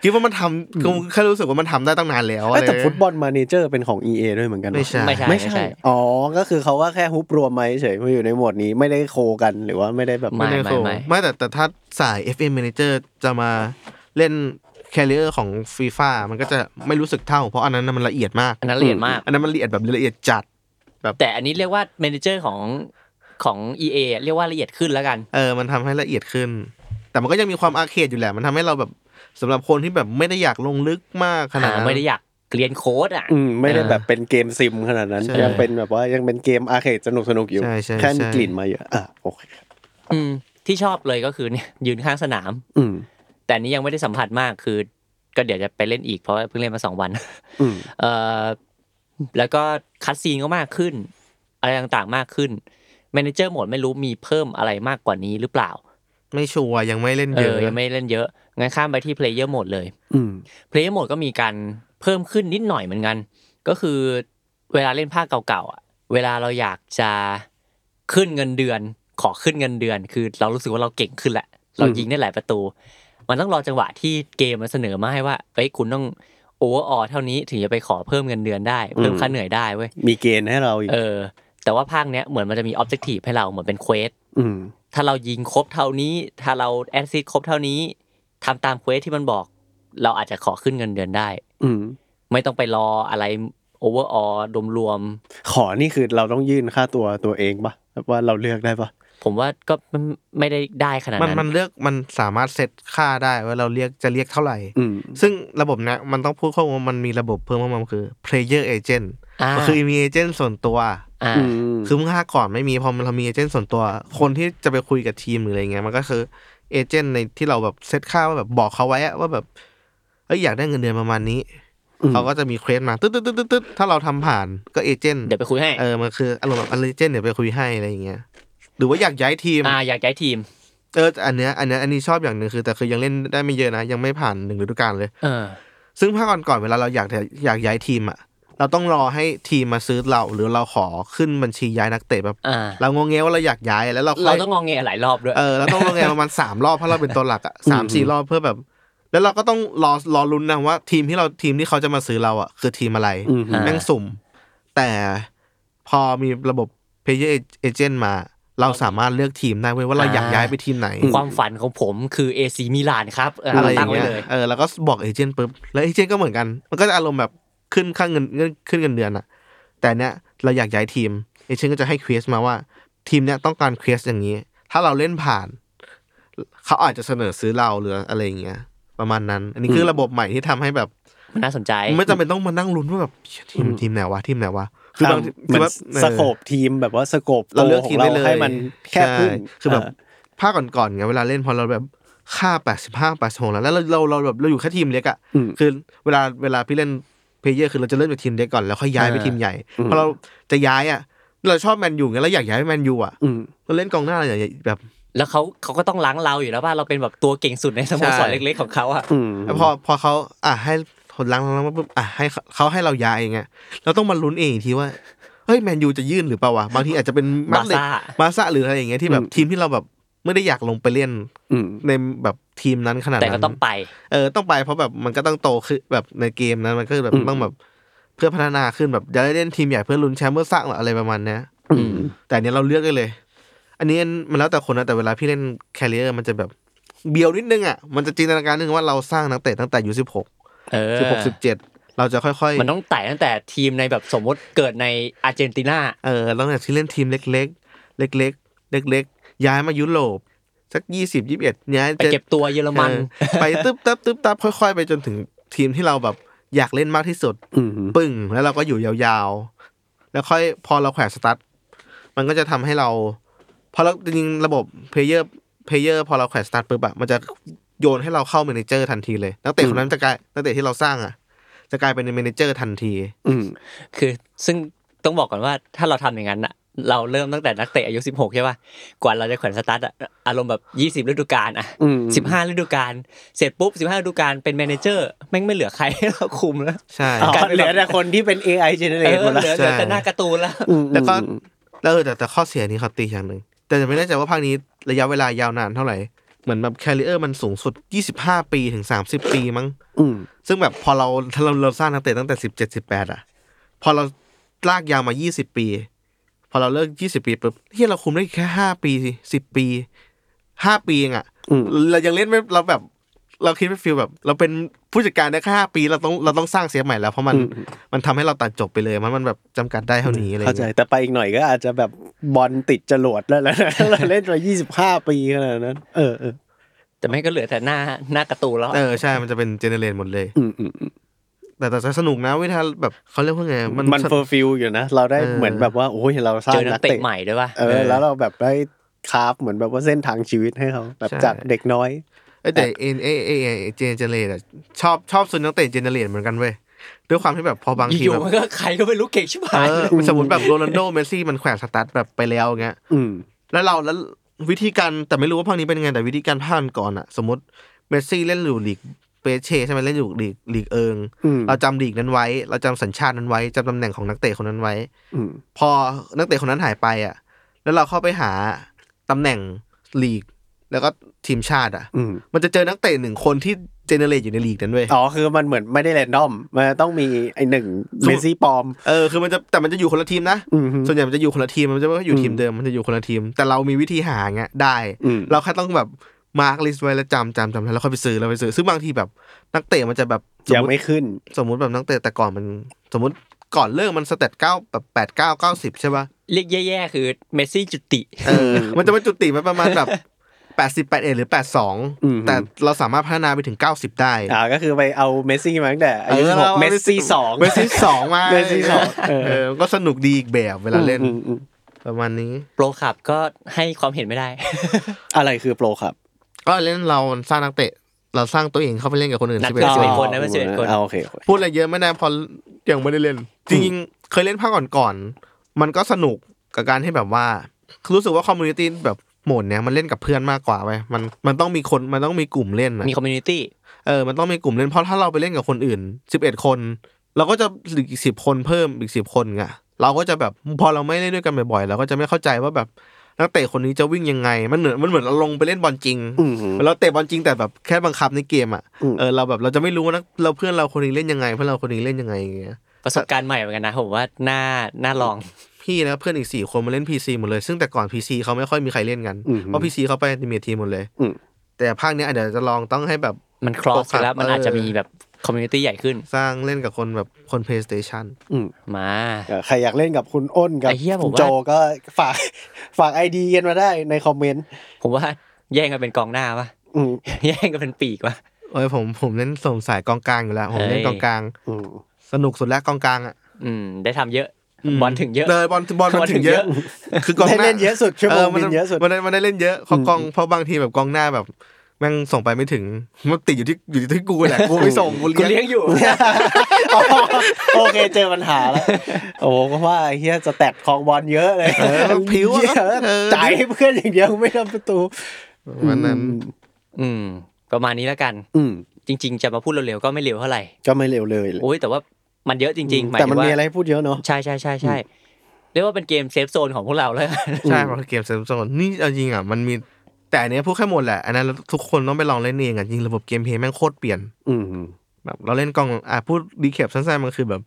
[SPEAKER 3] คิดว่ามันทำกูแค่รู้สึกว่ามันทำได้ตั้งนานแล้วอะ
[SPEAKER 1] เอ้ย
[SPEAKER 3] ไร
[SPEAKER 1] แต่ฟุตบอลมาเนเจอร์เป็นของ EA ด้วยเหมือนกันเหรอ
[SPEAKER 3] ไม่ใช่
[SPEAKER 2] ไม่ใช่
[SPEAKER 1] ไม่
[SPEAKER 2] ไม่
[SPEAKER 1] ใช่
[SPEAKER 2] ใช่
[SPEAKER 1] อ๋อ ก็คือเขาว่าแค่ฮุบรวมมาเฉยๆมาอยู่ในหมวดนี้ไม่ได้โคกันหรือว่าไม่ได้แบบ
[SPEAKER 2] ไม่
[SPEAKER 3] ด้ส่งไม่แต่แต่ถ้าสาย FM Manager จะมาเล่นแคเรียร์ของฟีฟ่ามันก็จะไม่รู้สึกเท่า เพราะอันนั้นน่ะมันละเอียดมาก
[SPEAKER 2] อันนั้นละเอียดมาก
[SPEAKER 3] อันนั้นมันละเอียดแบบละเอียดจัด
[SPEAKER 2] แต่อันนี้เรียกว่าเมนเจอร์ของของ EA อะเรียกว่าละเอียดขึ้นแล้วกัน
[SPEAKER 3] เออ มันทำให้ละเอียดขึ้น แต่มันก็ยังมีความอาร์เคดอยู่แหละ มันทำให้เราแบบสำหรับคนที่แบบไม่ได้อยากลงลึกมากขนาดนั้น
[SPEAKER 2] อ่าไม่ได้อยากเรียนโค้ดอ่ะ
[SPEAKER 1] อืมไม่ได้แบบเป็นเกมซิมขนาดนั้น
[SPEAKER 3] ใช่
[SPEAKER 1] ยังเป็นแบบว่ายังเป็นเกมอาร์เคดสนุกสนุกๆอยู่
[SPEAKER 3] ใช่ใช่
[SPEAKER 1] แค่มี
[SPEAKER 3] ใช่
[SPEAKER 1] กลิ่นมาเยอะอ่ะโอเค
[SPEAKER 2] อืมที่ชอบเลยก็คือเนี่ยยืนข้างสนาม
[SPEAKER 1] อืม
[SPEAKER 2] แต่อันนี้ยังไม่ได้สัมผัสมากคือ ก็เดี๋ยวจะไปเล่นอีกเพราะว่าเพิ่งเล่นมาสองวัน
[SPEAKER 1] อืม
[SPEAKER 2] เอ่อแล้วก็คัดซีนก็มากขึ้น อะไรต่างๆมากขึ้นแมเนเจอร์หมดไม่รู้มีเพิ่มอะไรมากกว่านี้หรือเปล่า
[SPEAKER 3] ไม่ชัวร์ยังไม่เล่น
[SPEAKER 2] เอ
[SPEAKER 3] เยอะ
[SPEAKER 2] อยังไม่เล่นเยอะงั้นข้ามไปที่เพลเยอร์หมดเลย
[SPEAKER 1] อืม
[SPEAKER 2] เพลย์โหมดก็มีการเพิ่มขึ้นนิดหน่อยเหมือนกัน ก็คือเวลาเล่นภาคเก่าๆอ่ะเวลาเราอยากจะขึ้นเงินเดือน ขอขึ้นเงินเดือน คือเรารู้สึกว่าเราเก่งขึ้นแหละ เรายิงได้หลายประตู มันต้องรอจังหวะที่เกมมันเสนอมาให้ว่าเอ้ยคุณต้องโอเวอร์ออเท่านี้ถึงจะไปขอเพิ่มเงินเดือนได้ เพิ่ม
[SPEAKER 1] อืม
[SPEAKER 2] ค่าเหนื่อยได้เว้ย
[SPEAKER 1] มีเกณฑ์ให้เราอีก
[SPEAKER 2] เออ แต่ว่าภาคเนี้ยเหมือนมันจะมีออบเจกตีให้เราเหมือนเป็นเควส
[SPEAKER 1] อืม
[SPEAKER 2] ถ้าเรายิงครบเท่านี้ ถ้าเราแอสซิดครบเท่านี้ทำตามเควสที่มันบอก เราอาจจะขอขึ้นเงินเดือนได้
[SPEAKER 1] อืม
[SPEAKER 2] ไม่ต้องไปรออะไรโอเวอร์ออรวมรวม
[SPEAKER 1] ขอนี่คือเราต้องยื่นค่าตัวตัวเองปะว่าเราเลือกได้ปะ
[SPEAKER 2] ๆผมว่าก็ไม่ไม่ได้ได้ขนาด
[SPEAKER 3] มัน
[SPEAKER 2] นั้
[SPEAKER 3] มัน
[SPEAKER 2] น
[SPEAKER 3] เลือกมันสามารถเซตค่าได้ว่าเราเรียกจะเรียกเท่าไหร่
[SPEAKER 1] อืม
[SPEAKER 3] ซึ่งระบบเนะมันต้องพูดข้อมูลมันมีระบบเพิ่มเข้ามาคือ player agent
[SPEAKER 2] อ่า
[SPEAKER 3] ก็คือมีเอเจนต์ส่วนตัว
[SPEAKER 2] อ่า
[SPEAKER 1] อืม
[SPEAKER 3] คือเมื่อห้าก่อนไม่มีพอมันเรามีเอเจนต์ส่วนตัว คนที่จะไปคุยกับทีมหรืออะไรเงี้ยมันก็คือเอเจนต์ในที่เราแบบเซตค่าว่าแบบบอกเขาไว้อะว่าแบบเอ้ยอยากได้เงินเดือนประมาณนี้
[SPEAKER 1] อืม
[SPEAKER 3] เขาก็จะมีเควสมาตึ๊ดตึ๊ดตึ๊ดตึ๊ดตึ๊ดถ้าเราทำผ่านก็เอเจนต์
[SPEAKER 2] เดี๋ยวไปคุยให้
[SPEAKER 3] เออมันคืออารมณ์แบบเอเจนต์เดี๋ยวไปคุยให้อะไรอย่างเงี้ยหรือว่าอยากย้ายทีม
[SPEAKER 2] อ่าอยากย้ายทีม
[SPEAKER 3] เออแต่อันเนี้ยอันเนี้ยอันนี้ชอบอย่างหนึ่งคือ แต่คือยังเล่นได้ไม่เยอะนะ ยังไม่ผ่านหนึ่งฤดูกาลเลย
[SPEAKER 2] เออ
[SPEAKER 3] ซึ่งภาคก่อนๆเวลาเราอยากจะอยากย้ายทีมอะเราต้องรอให้ทีมมาซื้อเรา หรือเราขอขึ้นบัญชีย้ายนักเตะแบบ
[SPEAKER 2] อ่า
[SPEAKER 3] เรางงเงี้ยว่าเราอยากย้ายแล้วเราค่ย
[SPEAKER 2] เราต้องงองเงยหลายรอบด้วย
[SPEAKER 3] เออเราต้องงงเงี้ยประมาณ สามรอบเพราะเราเป็นตัวหลัก
[SPEAKER 2] <laughs>
[SPEAKER 3] อะสามสี่รอบเพื่อแบบ แล้วเราก็ต้องรอรอลุ้นนะว่า ทีมที่เราทีมที่เขาจะมาซื้อเราอะคือทีมอะไร
[SPEAKER 1] อืม
[SPEAKER 2] อ่า
[SPEAKER 3] แม่งสุ่ม แต่พอมีระบบ player agent มา เราสามารถเลือกทีมได้เว้ยว่าเราอยากย้ายไปทีมไหน
[SPEAKER 2] ความฝันของผมคือเอซีมิลานครับเออ
[SPEAKER 3] อะไร
[SPEAKER 2] เรา
[SPEAKER 3] อ
[SPEAKER 2] ตั้
[SPEAKER 3] ย่าง ง
[SPEAKER 2] ไว้
[SPEAKER 3] เงี้ย
[SPEAKER 2] เลย
[SPEAKER 3] เออแล้วก็บอกเอเจนต์ปุ๊บแล้วเอเจนต์ก็เหมือนกัน มันก็จะอารมณ์แบบขึ้นค่าเงินเงินขึ้นเงินเดือนอะแต่เนี้ยเราอยากย้ายทีมเอเจนต์ก็จะให้เควสมาว่า ทีมเนี้ยต้องการเควสอย่างนี้ ถ้าเราเล่นผ่าน เขาอาจจะเสนอซื้อเราหรืออะไรอย่างเงี้ย ประมาณนั้น อันนี้คือระบบใหม่ที่ทำให้แบบ
[SPEAKER 2] มันน่าสนใจ
[SPEAKER 3] ไม่จำเป็นต้องมานั่งลุ้นว่าแบบเชี่ยทีมทีมไหนวะทีมไหนวะคือบางที
[SPEAKER 1] เหมื
[SPEAKER 3] คือ อน ว่าเออ
[SPEAKER 1] สโคปทีมแบบว่าสโคป
[SPEAKER 3] เราเลือกทีมได้เลย
[SPEAKER 1] ให้มันแคบขึ้น
[SPEAKER 3] ใช่คือแบบภาคก่อนๆไงเวลาเล่นพอเราแบบค่าแปดสิบห้าแปดสิบหกแล้วแล้วเราเราเราแบบเราอยู่แค่ทีมเล็กอ่ะคือเวลาเวลาพี่เล่นเพลเยอร์คือเราจะเล่นไปทีมเล็กก่อนแล้วค่อยย้ายไปทีมใหญ่พอเราจะย้ายอ่ะเราชอบแมนยูไงเราอยากย้ายไปแมนยูอ่ะ
[SPEAKER 1] อืม
[SPEAKER 3] เราเล่นกองหน้าเราอยากแบบ
[SPEAKER 2] แล้วเขาเขาก็ต้องล้างเราอยู่แล้วว่าเราเป็นแบบตัวเก่งสุดในสโมสรเล็กๆของเขาอ่ะ
[SPEAKER 1] อืม
[SPEAKER 3] พอพอเขาอ่ะให้ผลลังลังมาปุ๊บอ่ะให้เขาเขาให้เราย้ายเองอ่ะเราต้องมาลุ้นเองอีกทีว่าเฮ้ยแมนยูจะยื่นหรือเปล่าวะบางทีอาจจะเป็นมั
[SPEAKER 2] บา
[SPEAKER 3] ดเหล็ก
[SPEAKER 2] ซ่า
[SPEAKER 3] มาซะหรืออะไรอย่างเงี้ยที่แบบ
[SPEAKER 1] อืม
[SPEAKER 3] ทีมที่เราแบบไม่ได้อยากลงไปเล่น
[SPEAKER 1] อืม
[SPEAKER 3] ในแบบทีมนั้นขนาด
[SPEAKER 2] แต่
[SPEAKER 3] นั้น
[SPEAKER 2] ก็ต้องไป
[SPEAKER 3] เออต้องไปเพราะแบบมันก็ต้องโตขึ้นแบบในเกมนั้นมันก็แบบ
[SPEAKER 1] อืม
[SPEAKER 3] ต้องแบบเพื่อพัฒนาขึ้นแบบจะได้เล่นทีมใหญ่เพื่อลุ้นแชมป์เพื่อสร้างอะไรประมาณเนี้ย
[SPEAKER 2] อืม
[SPEAKER 3] แต่อันเนี้ยเราเลือกได้เลย อันนี้มันแล้วแต่คนนะแต่เวลาพี่เล่นแคริเอร์มันจะแบบเบียวนิดนึงอ่ะมันจะจินตนาการนิดนึงว่าเราสร้างนักเตะตั้งแต่อายุสิบหก
[SPEAKER 2] เออ
[SPEAKER 3] สิบหกสิบเจ็ดเราจะค่อยๆ
[SPEAKER 2] มันต้องไต่ตั้งแต่ทีมในแบบสมมติเกิดในอาร์เจนตินา
[SPEAKER 3] เออตั้งแต่ที่เล่นทีมเล็กๆ เล็กๆ เล็กๆ ย้ายมายุโรปสักยี่สิบยี่สิบเอ็ดย้าย
[SPEAKER 2] ไปเก็บตัวเยอรมัน
[SPEAKER 3] ออไปตึ๊บตับตึ๊บตับค่อยๆ ไปจนถึงทีมที่เราแบบอยากเล่นมากที่สุด
[SPEAKER 1] อืม
[SPEAKER 3] ปึ้ง แล้วเราก็อยู่ยาวๆ แล้วค่อยพอเราแขวนสตาร์ทมันก็จะทำให้เรา พอเราจริงๆระบบเพลเยอร์เพลเยอร์พอเราแขวนสตาร์ทปุ๊บอะมันจะโยนให้เราเข้าเมนเจอร์ทันทีเลยนักเตะคนนั้นจะกลายนักเตะที่เราสร้างอะจะกลายเป็นเมนเจอร์ทันที
[SPEAKER 1] อืม
[SPEAKER 2] คือซึ่งต้องบอกก่อนว่าถ้าเราทำอย่างนั้นอะ เราเริ่มตั้งแต่นักเตะอายุ 16 ใช่ป่ะ กว่าเราจะแขวนสตาร์ทอะอารมณ์แบบ 20 ฤดูกาลอะ
[SPEAKER 1] อืม
[SPEAKER 2] 15 ฤดูกาลเสร็จปุ๊บ 15 ฤดูกาลเป็นแมเนเจอร์แม่งไม่เหลือใคร <laughs> ให้เราคุมแล้ว
[SPEAKER 3] ใช่
[SPEAKER 1] อ๋อก
[SPEAKER 2] ลายเป็นแบบ
[SPEAKER 1] เหลือแต่คนที่เป็น AI
[SPEAKER 2] เอ
[SPEAKER 1] generate หม
[SPEAKER 2] อ
[SPEAKER 1] ด
[SPEAKER 2] เห
[SPEAKER 1] แล้
[SPEAKER 2] ลื
[SPEAKER 1] ว
[SPEAKER 2] อเห
[SPEAKER 3] ใช่
[SPEAKER 2] ลือแต่หน้าการ์ตูนแล้ว
[SPEAKER 3] แต่ก็
[SPEAKER 1] อืม
[SPEAKER 3] แล้วเออแต่แต่ข้อเสียนี้เขาตีอย่างหนึ่งแต่จะไม่แน่ใจว่าภาคนี้ระยะเวลายาวนานเท่าไหร่ เหมือนแบบแคริเออร์มันสูงสุด 25 ปีถึง 30 ปีมั้ง
[SPEAKER 1] อืม
[SPEAKER 3] ซึ่งแบบพอเราถ้าเราเราสร้างนักเตะตั้งแต่ 17 18 อ่ะ พอเราลากยาวมา 20 ปี พอเราเลิก 20 ปีปุ๊บที่เราคุมได้แค่ 5 ปี 10 ปี 5 ปีเองอ่ะ
[SPEAKER 1] อืม
[SPEAKER 3] เรายังเล่นไม่เราแบบ เราคิดไม่ฟิลแบบ เราเป็นผู้จัดการได้แค่ห้าปีเราต้องเราต้องสร้างเสียใหม่แล้วเพราะมันมันทำให้เราตัดจบไปเลย มันมันแบบจำกัดได้เท่านี้อะไร
[SPEAKER 1] เข้าใจ
[SPEAKER 3] เงี้ย
[SPEAKER 1] แต่ไปอีกหน่อยก็อาจจะแบบบอลติดจรวดแล้วนะ <laughs> เราเล่นมา 25 ปีขนาดนั้น เออเออ
[SPEAKER 2] แต่แม่งก็เหลือแต่หน้าหน้าการ์ตูนแล้ว
[SPEAKER 3] เออใช่ มันจะเป็นเจเนเรตหมดเลย
[SPEAKER 1] อืมอืมอืม
[SPEAKER 3] แต่แต่จะสนุกนะเวิธีแบบเขาเรียกว่าไงมัน
[SPEAKER 1] มัน
[SPEAKER 3] ส
[SPEAKER 1] เฟอร์ฟิลอยู่นะ เราได้เหมือนแบบว่า โอ้ยเราสร้า
[SPEAKER 2] เจ
[SPEAKER 1] ง
[SPEAKER 2] อนั
[SPEAKER 1] นั
[SPEAKER 2] ก
[SPEAKER 1] ก
[SPEAKER 2] เตะ
[SPEAKER 1] เตะ
[SPEAKER 2] ใหม่ด้วยป่ะ
[SPEAKER 1] เออ แล้วเราแบบได้คราฟเหมือนแบบว่าเส้นทางชีวิตให้เขาแบบจากเด็กน้อย
[SPEAKER 3] เอ้ยแต่เอเอเอเจเนเรตอะชอบชอบซื้อนักเตะเจเนเรตเหมือนกันเว้ยด้วยความที่แบบพอบางที
[SPEAKER 2] อยู่
[SPEAKER 3] แบบ
[SPEAKER 2] ๆมันก็ใครก็ไม่รู้เก่งชิบหาย
[SPEAKER 3] เออสมมติแบบโรนัลโดเมสซี่มันแขวนสตาร์ทแบบไปแล้วเงี้ย
[SPEAKER 1] อืม
[SPEAKER 3] แล้วเราแล้ววิธีการแต่ไม่รู้ว่าภาคนี้เป็นยังไงแต่วิธีการภาคก่อนอะสมมติเมสซี่เล่นอยู่ลีกเปเช่ใช่ไหมเล่นอยู่ลีกลีกเอิง
[SPEAKER 1] อืม
[SPEAKER 3] เราจำลีกนั้นไว้ เราจำสัญชาตินั้นไว้จำตำแหน่งของนักเตะคนนั้นไว้
[SPEAKER 1] อืม
[SPEAKER 3] พอนักเตะคนนั้นหายไปอะแล้วเราเข้าไปหาตำแหน่งลีก แล้วก็ทีมชาติอะ
[SPEAKER 1] อืม
[SPEAKER 3] มันจะเจอนักเตะหนึ่งคนที่เจเนเรตอยู่ในลีกนั้นเว้ย
[SPEAKER 1] อ๋อคือมันเหมือนไม่ได้แรนดอมมันต้องมีไอหนึ่งเมสซี่ปลอม
[SPEAKER 3] เออคือมันจะแต่มันจะอยู่คนละทีมนะ
[SPEAKER 1] อืมฮึ
[SPEAKER 3] ส่วนใหญ่มันจะอยู่คนละทีมมันจะไม่ค่อยอยู่ทีมเดิมมันจะอยู่คนละทีม แต่เรามีวิธีหาเงี้ยได้
[SPEAKER 1] อืม
[SPEAKER 3] เราแค่ต้องแบบมาร์กลิสต์ไว้แล้วจำจำจำแล้วค่อยไปซื้อแล้วไปซื้อซึ่งบางทีแบบนักเตะมันจะแบบส
[SPEAKER 1] ยัง
[SPEAKER 3] มมติ
[SPEAKER 1] ไม่ขึ้น
[SPEAKER 3] สมมติแบบนักเตะแต่ก่อนมันสมมติก่อนเลิกมันสเตตเก้าแบบแปดเก้าเก้าสิบใช่ป่ะ
[SPEAKER 2] เรียกแย่ๆคือเมสซี่จุติ
[SPEAKER 3] เออมันจะมาจุติมาประมาณ
[SPEAKER 1] <laughs>
[SPEAKER 3] แบบแปดสิบแปดเอ็ดหรือแปดสอง
[SPEAKER 1] อืม
[SPEAKER 3] แต่เราสามารถพัฒนาไปถึงเก้าสิบได้
[SPEAKER 1] อ่าก็คือไปเอาเมสซี่มาตั้งแต่อายุสิบหกเมสซี่สอง
[SPEAKER 3] เมสซี่สองมา
[SPEAKER 1] เมสซี่สอง
[SPEAKER 3] เอ
[SPEAKER 1] เอ
[SPEAKER 3] อ
[SPEAKER 1] อ
[SPEAKER 3] เออก็สนุกดีอีกแบบเวลาเล่น
[SPEAKER 1] อืมอืม
[SPEAKER 3] ประมาณนี้
[SPEAKER 2] โปรขับก็ให้ความเห็นไม่ได้
[SPEAKER 1] อะไรคือโปรครับ
[SPEAKER 3] ก็เล่นเราสร้างนักเตะ เราสร้างตัวเองเข้าไปเล่นกับคนอื่น
[SPEAKER 2] นัก
[SPEAKER 3] สิบ
[SPEAKER 2] เตะ
[SPEAKER 3] เอ็ด
[SPEAKER 2] ป็
[SPEAKER 3] สิบเอ็ด
[SPEAKER 2] 11คนนะเป็น11คน
[SPEAKER 1] อ่าโอเคโอเค
[SPEAKER 3] พูดอะไรเยอะไม่ได้เพอยังไม่ได้เล่น จริงๆ เคยเล่นภาคก่อนๆมันก็สนุกกับการที่แบบว่า รู้สึกว่าคอมมูนิตี้แบบโหมดเนี้ยมันเล่นกับเพื่อนมากกว่าไปมันมันต้องมีคนมันต้องมีกลุ่มเล่นนะ
[SPEAKER 2] มีคอมมูนิตี้
[SPEAKER 3] เออมันต้องมีกลุ่มเล่นเพราะถ้าเราไปเล่นกับคนอื่นสิบเอ็ดคน เราก็จะอีกสิบคนเพิ่มอีกสิบคนไงเราก็จะแบบพอเราไม่เล่นด้วยกันบ่อยๆเราก็จะไม่เข้าใจว่าแบบนักเตะคนนี้จะวิ่งยังไง มันเหมือนมันเหมือนเราลงไปเล่นบอลจริง
[SPEAKER 1] อืมฮึ
[SPEAKER 3] เราเตะบอลจริงแต่แบบแค่บังคับในเกมอ่ะ
[SPEAKER 1] อืม
[SPEAKER 3] เออเราแบบเราจะไม่รู้ว่านักเราเพื่อนเราคนนี้เล่นยังไงเพื่อนเราคนนี้เล่นยังไงอย่างเงี้ย
[SPEAKER 2] ประสบการณ์ใหม่เหมือนกันนะผมว่าหน้าหน้าลอง
[SPEAKER 3] พี่แล้วเพื่อนอีกสี่คนมาเล่น PC หมดเลย ซึ่งแต่ก่อน PC เขาไม่ค่อยมีใครเล่นกัน
[SPEAKER 1] อืม
[SPEAKER 3] เพราะ PC เขาไปมีทีมหมดเลย
[SPEAKER 1] อืม
[SPEAKER 3] แต่ภาคเนี้ยเดี๋ยวจะลองต้องให้แบบ
[SPEAKER 2] มันครอสแล้วมัน
[SPEAKER 3] เอออ
[SPEAKER 2] อาจจะมีแบบคอมมูนิตี้ใหญ่ขึ้น
[SPEAKER 3] สร้างเล่นกับคนแบบคน PlayStation
[SPEAKER 1] อืม
[SPEAKER 2] มา
[SPEAKER 1] เออใครอยากเล่นกับคุณอ้นกับ
[SPEAKER 2] ไอ้เหี้ยผม
[SPEAKER 1] คุณ
[SPEAKER 2] ว่า
[SPEAKER 1] โจก็ฝากฝากไอเดียกันมาได้ในคอมเมนต์
[SPEAKER 2] ผมว่าแย่งกันเป็นกองหน้าปะ <laughs>
[SPEAKER 1] อืม
[SPEAKER 2] แย่งกันเป็นปีกปะ
[SPEAKER 3] เอ้ยผมผมเล่นส่งสายกองกลางอยู่แล้ว ผมเล่น
[SPEAKER 2] เฮ้ย
[SPEAKER 3] กองกลาง
[SPEAKER 1] อืม
[SPEAKER 3] สนุกสุดแล้วกองกลางอ่ะ
[SPEAKER 2] อืม ได้ทำเยอะ บอลถึงเยอะ
[SPEAKER 3] เออบอลบอลมันถึงเยอะ คือกองห
[SPEAKER 1] ได้
[SPEAKER 3] น้า
[SPEAKER 1] เล่นเยอะสุดชั่วโมงบินเยอะสุด
[SPEAKER 3] มันได้มันได้เล่นเยอะเพราะกองเพราะบางทีแบบกองหน้าแบบแม่งส่งไปไม่ถึงมันติดอยู่ที่อยู่ที่กูแหละกูไม่ส่งกู
[SPEAKER 2] กู
[SPEAKER 3] เลี้
[SPEAKER 2] เลี้ย
[SPEAKER 3] ยง
[SPEAKER 2] งอยู่
[SPEAKER 1] อ๋อโอเคเจอปัญหาแล้ว โอ้โหก็ว่าไอ้เฮียสแตทคลองบอลเยอะเลย
[SPEAKER 3] เออผิว
[SPEAKER 1] เหี้ย
[SPEAKER 3] อะเออ
[SPEAKER 1] จ่ายให้เพื่อนอย่างเดียวไม่ทำประตู
[SPEAKER 3] วันนั้น
[SPEAKER 2] อืม ประมาณนี้แล้วกัน
[SPEAKER 1] อืม
[SPEAKER 2] จริง ๆ จะมาพูดเร็วๆก็ไม่เร็วเท่าไหร่
[SPEAKER 1] ก็ไม่เร็วเลยแหละ
[SPEAKER 2] โอ้ยแต่ว่ามันเยอะจริงๆหมาย
[SPEAKER 1] แต่
[SPEAKER 2] ถึ
[SPEAKER 1] มัน
[SPEAKER 2] งว่า
[SPEAKER 1] มีอะไรให้พูดเยอะเนาะ
[SPEAKER 2] ใช่ใช่ใช่ใช่เรียกว่าเป็นเกมเซฟโซนของพวกเราแล้ว
[SPEAKER 3] <laughs>
[SPEAKER 2] กัน
[SPEAKER 3] ใช่เพราะเกมเซมโซนนี่เอาจริงอ่ะมันมีแต่อันเนี้ยพูดแค่หมดแหละอันนั้นทุกคนต้องไปลองเล่นเองอ่ะจริงระบบเกมเพลย์แม่งโคตรเปลี่ยน
[SPEAKER 1] อืม
[SPEAKER 3] แบบเราเล่นกองอ่ะพูดดีแคปสั้นๆมันคือแบบ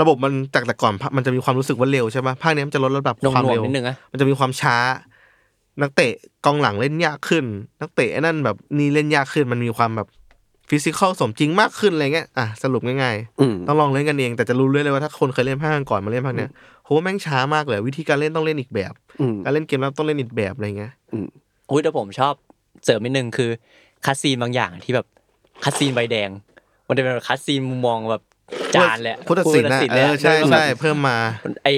[SPEAKER 3] ระบบมันจากแต่ก่อนมันจะมีความรู้สึกว่าเร็วใช่ไหมภาคเนี้ยมันจะลดระดับ
[SPEAKER 2] นง
[SPEAKER 3] ความ
[SPEAKER 2] นวม
[SPEAKER 3] เร็ว
[SPEAKER 2] นิดนึงอะ
[SPEAKER 3] มันจะมีความช้า นักเตะกองหลังเล่นยากขึ้น นักเตะไอ้นั่นแบบนี่เล่นยากขึ้น มันมีความแบบฟิสิกอลสมจริงมากขึ้นอะไรเงี้ยอ่ะสรุปง่าย
[SPEAKER 1] อืม
[SPEAKER 3] ๆ ต้องลองเล่นกันเองแต่จะรู้เรื่อยเลยว่าถ้าคนเคยเล่นภาคก่อนมาเล่นภาคเนี้ยโหแม่งช้ามากเลยวิธีการเล่นต้องเล่นอีกแบบ
[SPEAKER 1] อืม
[SPEAKER 3] การเล่นเกมรับต้องเล่นอีกแบบอะไรเงี้ย
[SPEAKER 2] อุ้ยแต่ผมชอบเสริมนิดนึงคือคัสซีนบางอย่างที่แบบคัสซีนใบแดง มันจะเป็นแบบคัสซีนมุมมองแบบจานแหละ
[SPEAKER 3] พุทธศิลป์นะเอ
[SPEAKER 2] แหละ
[SPEAKER 3] อใช่
[SPEAKER 2] แล้วก็แบบ
[SPEAKER 3] ใช่เพิ่มมา
[SPEAKER 2] ไอ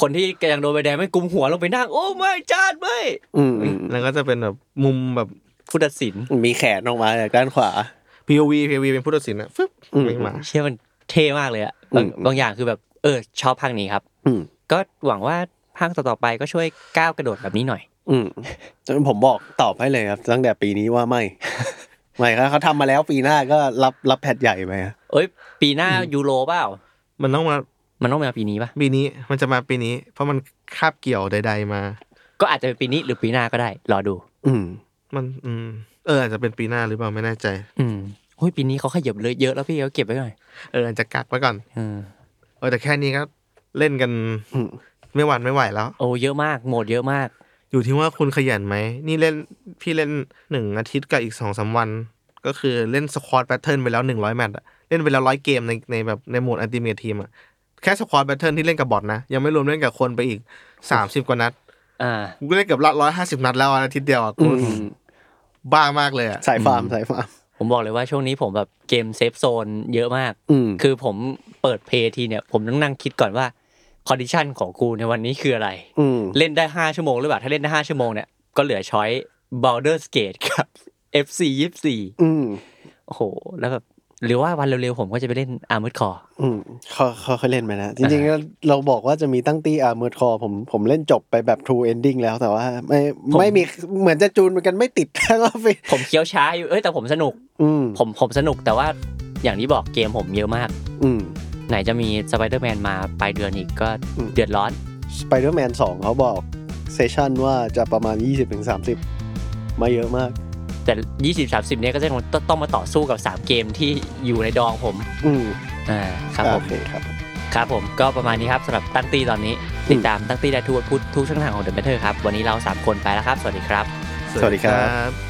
[SPEAKER 2] คนที่กำลังโดนใบแดงไม่กุมหัวลงไปนั่ง โอ้ไม่จานไม่
[SPEAKER 1] อืมอืม
[SPEAKER 3] แล้วก็จะเป็นแบบมุมแบบ
[SPEAKER 2] ผู้ตัดสิน
[SPEAKER 1] มีแขนออกมาจากด้านขวา
[SPEAKER 3] POV POV เป็นผู้ตัดสินนะฟึบ
[SPEAKER 1] อืม
[SPEAKER 3] วิ่งมา
[SPEAKER 2] เชื่อมันเท่มากเลยอะบาง
[SPEAKER 1] อืม
[SPEAKER 2] บางอย่างคือแบบ เออชอบภาคนี้ครับ
[SPEAKER 1] อืม
[SPEAKER 2] ก็หวังว่าภ ภาคต่อๆไปก็ช่วยก้าวกระโดดแบบนี้หน่อย
[SPEAKER 1] อืมจนผมบอกตอบให้เลยครับ ตั้งแต่ปีนี้ว่าไม่ <laughs> ไม่ครับเขาทำมาแล้วปีหน้าก็รับรับแพทใหญ่ไปฮะ
[SPEAKER 2] เอ้ย ปีหน้ายูโรเปล่า
[SPEAKER 3] มันต้องมา
[SPEAKER 2] มันต้องมาปีนี้ปะ
[SPEAKER 3] ปีนี้มันจะมาปีนี้ เพราะมันคาบเกี่ยวใด ๆ มา
[SPEAKER 2] ก็อาจจะเป็นปีนี้หรือปีหน้าก็ได้ รอดู
[SPEAKER 1] อืม
[SPEAKER 3] มันอืมเอออาจจะเป็นปีหน้าหรือเปล่าไม่แน่ใจ
[SPEAKER 2] อืมโอ้ยปีนี้เขาขยับเลยเยอะแล้วพี่เขาเก็บไว้หน่อย
[SPEAKER 3] เอออาจจะกักไว้ก่อน
[SPEAKER 2] เออ
[SPEAKER 3] เออแต่แค่นี้ก็เล่นกัน
[SPEAKER 1] อืม
[SPEAKER 3] ไม่หวั่นไม่ไหวแล้ว
[SPEAKER 2] โอ้เยอะมากโหมดเยอะมาก
[SPEAKER 3] อยู่ที่ว่าคุณขยันไหม นี่เล่นพี่เล่นหนึ่งอาทิตย์กับอีกสองสามวัน ก็คือเล่นสควอตแพทเทิร์นไปแล้วหนึ่งร้อยแมตช์อะเล่นไปแล้วร้อยเกมในในแบบในโหมดอันติเมททีมอะแค่สควอตแพทเทิร์นที่เล่นกับบอทนะ ยังไม่รวมเล่นกับคนไปอีกสามสิบกว่านัด
[SPEAKER 2] อ่า
[SPEAKER 3] กูเล่นเกือบละร้อยห้าสิบนัดแล้วอะอาทิตย์เดียวอะกู
[SPEAKER 1] อืม
[SPEAKER 3] บ้ามากเลยอะ
[SPEAKER 1] สายฟาร์มสายฟาร์ม
[SPEAKER 2] ผมบอกเลยว่าช่วงนี้ผมแบบเกมเซฟโซนเยอะมาก
[SPEAKER 1] อืม
[SPEAKER 2] คือผมเปิดเพลย์ทีเนี่ย ผมต้องนั่งคิดก่อนว่าคอนดิชันของกูในวันนี้คืออะไร
[SPEAKER 1] อืม
[SPEAKER 2] เล่นได้ 5 ชั่วโมงหรือเปล่า ถ้าเล่นได้ 5 ชั่วโมงเนี่ย ก็เหลือช้อย Baldur's Gate ครับ FC 24
[SPEAKER 1] อืม
[SPEAKER 2] โอ้โห แล้วแบบหรือว่าวันเร็วๆ ผมก็จะไปเล่น Armored Core
[SPEAKER 1] อืมเขาเขาเขาเล่นไหมนะ จริ
[SPEAKER 3] <laughs>
[SPEAKER 1] งๆก็เราบอกว่าจะมีตั้งตี้อาร์เมอร์คอผมผมเล่นจบไปแบบ True Ending แล้วแต่ว่า ไม่
[SPEAKER 2] ผม
[SPEAKER 1] ไม่มีเหมือนจะจูนเหมือนกันไม่ติด <laughs> ทั้งออฟฟิศ
[SPEAKER 2] ผมเคี้ยวช้าอยู่ เอ้ย แต่ผมสนุก
[SPEAKER 1] อืม
[SPEAKER 2] ผมผมสนุกแต่ว่าอย่างที่บอกเกมผมเยอะมาก
[SPEAKER 1] อืม
[SPEAKER 2] ไหนจะมี Spider-Man มาปลายเดือนอีกก็
[SPEAKER 1] อืม
[SPEAKER 2] เดือดร้อน
[SPEAKER 1] สไปเดอร์แมนสองเขาบอกเซสชันว่าจะประมาณ 20-30 มาเยอะมาก
[SPEAKER 2] แต่ 20 30 เนี่ยก็จะต้องต้องมาต่อสู้กับ 3 เกมที่อยู่ในดองผม
[SPEAKER 1] อืม
[SPEAKER 2] อ่าครับผ
[SPEAKER 1] โอ
[SPEAKER 2] ม
[SPEAKER 1] เคครับ
[SPEAKER 2] ครับผมก็ประมาณนี้ครับสำหรับตั้งตีตอนนี้ ติดตามตั้งตีได้ทุกวันพุธทุกช่องทางของ The Matter ครับ วันนี้เรา 3 คนไปแล้วครับ สวัสดีครับ
[SPEAKER 1] สวัสดีครับ
[SPEAKER 3] บ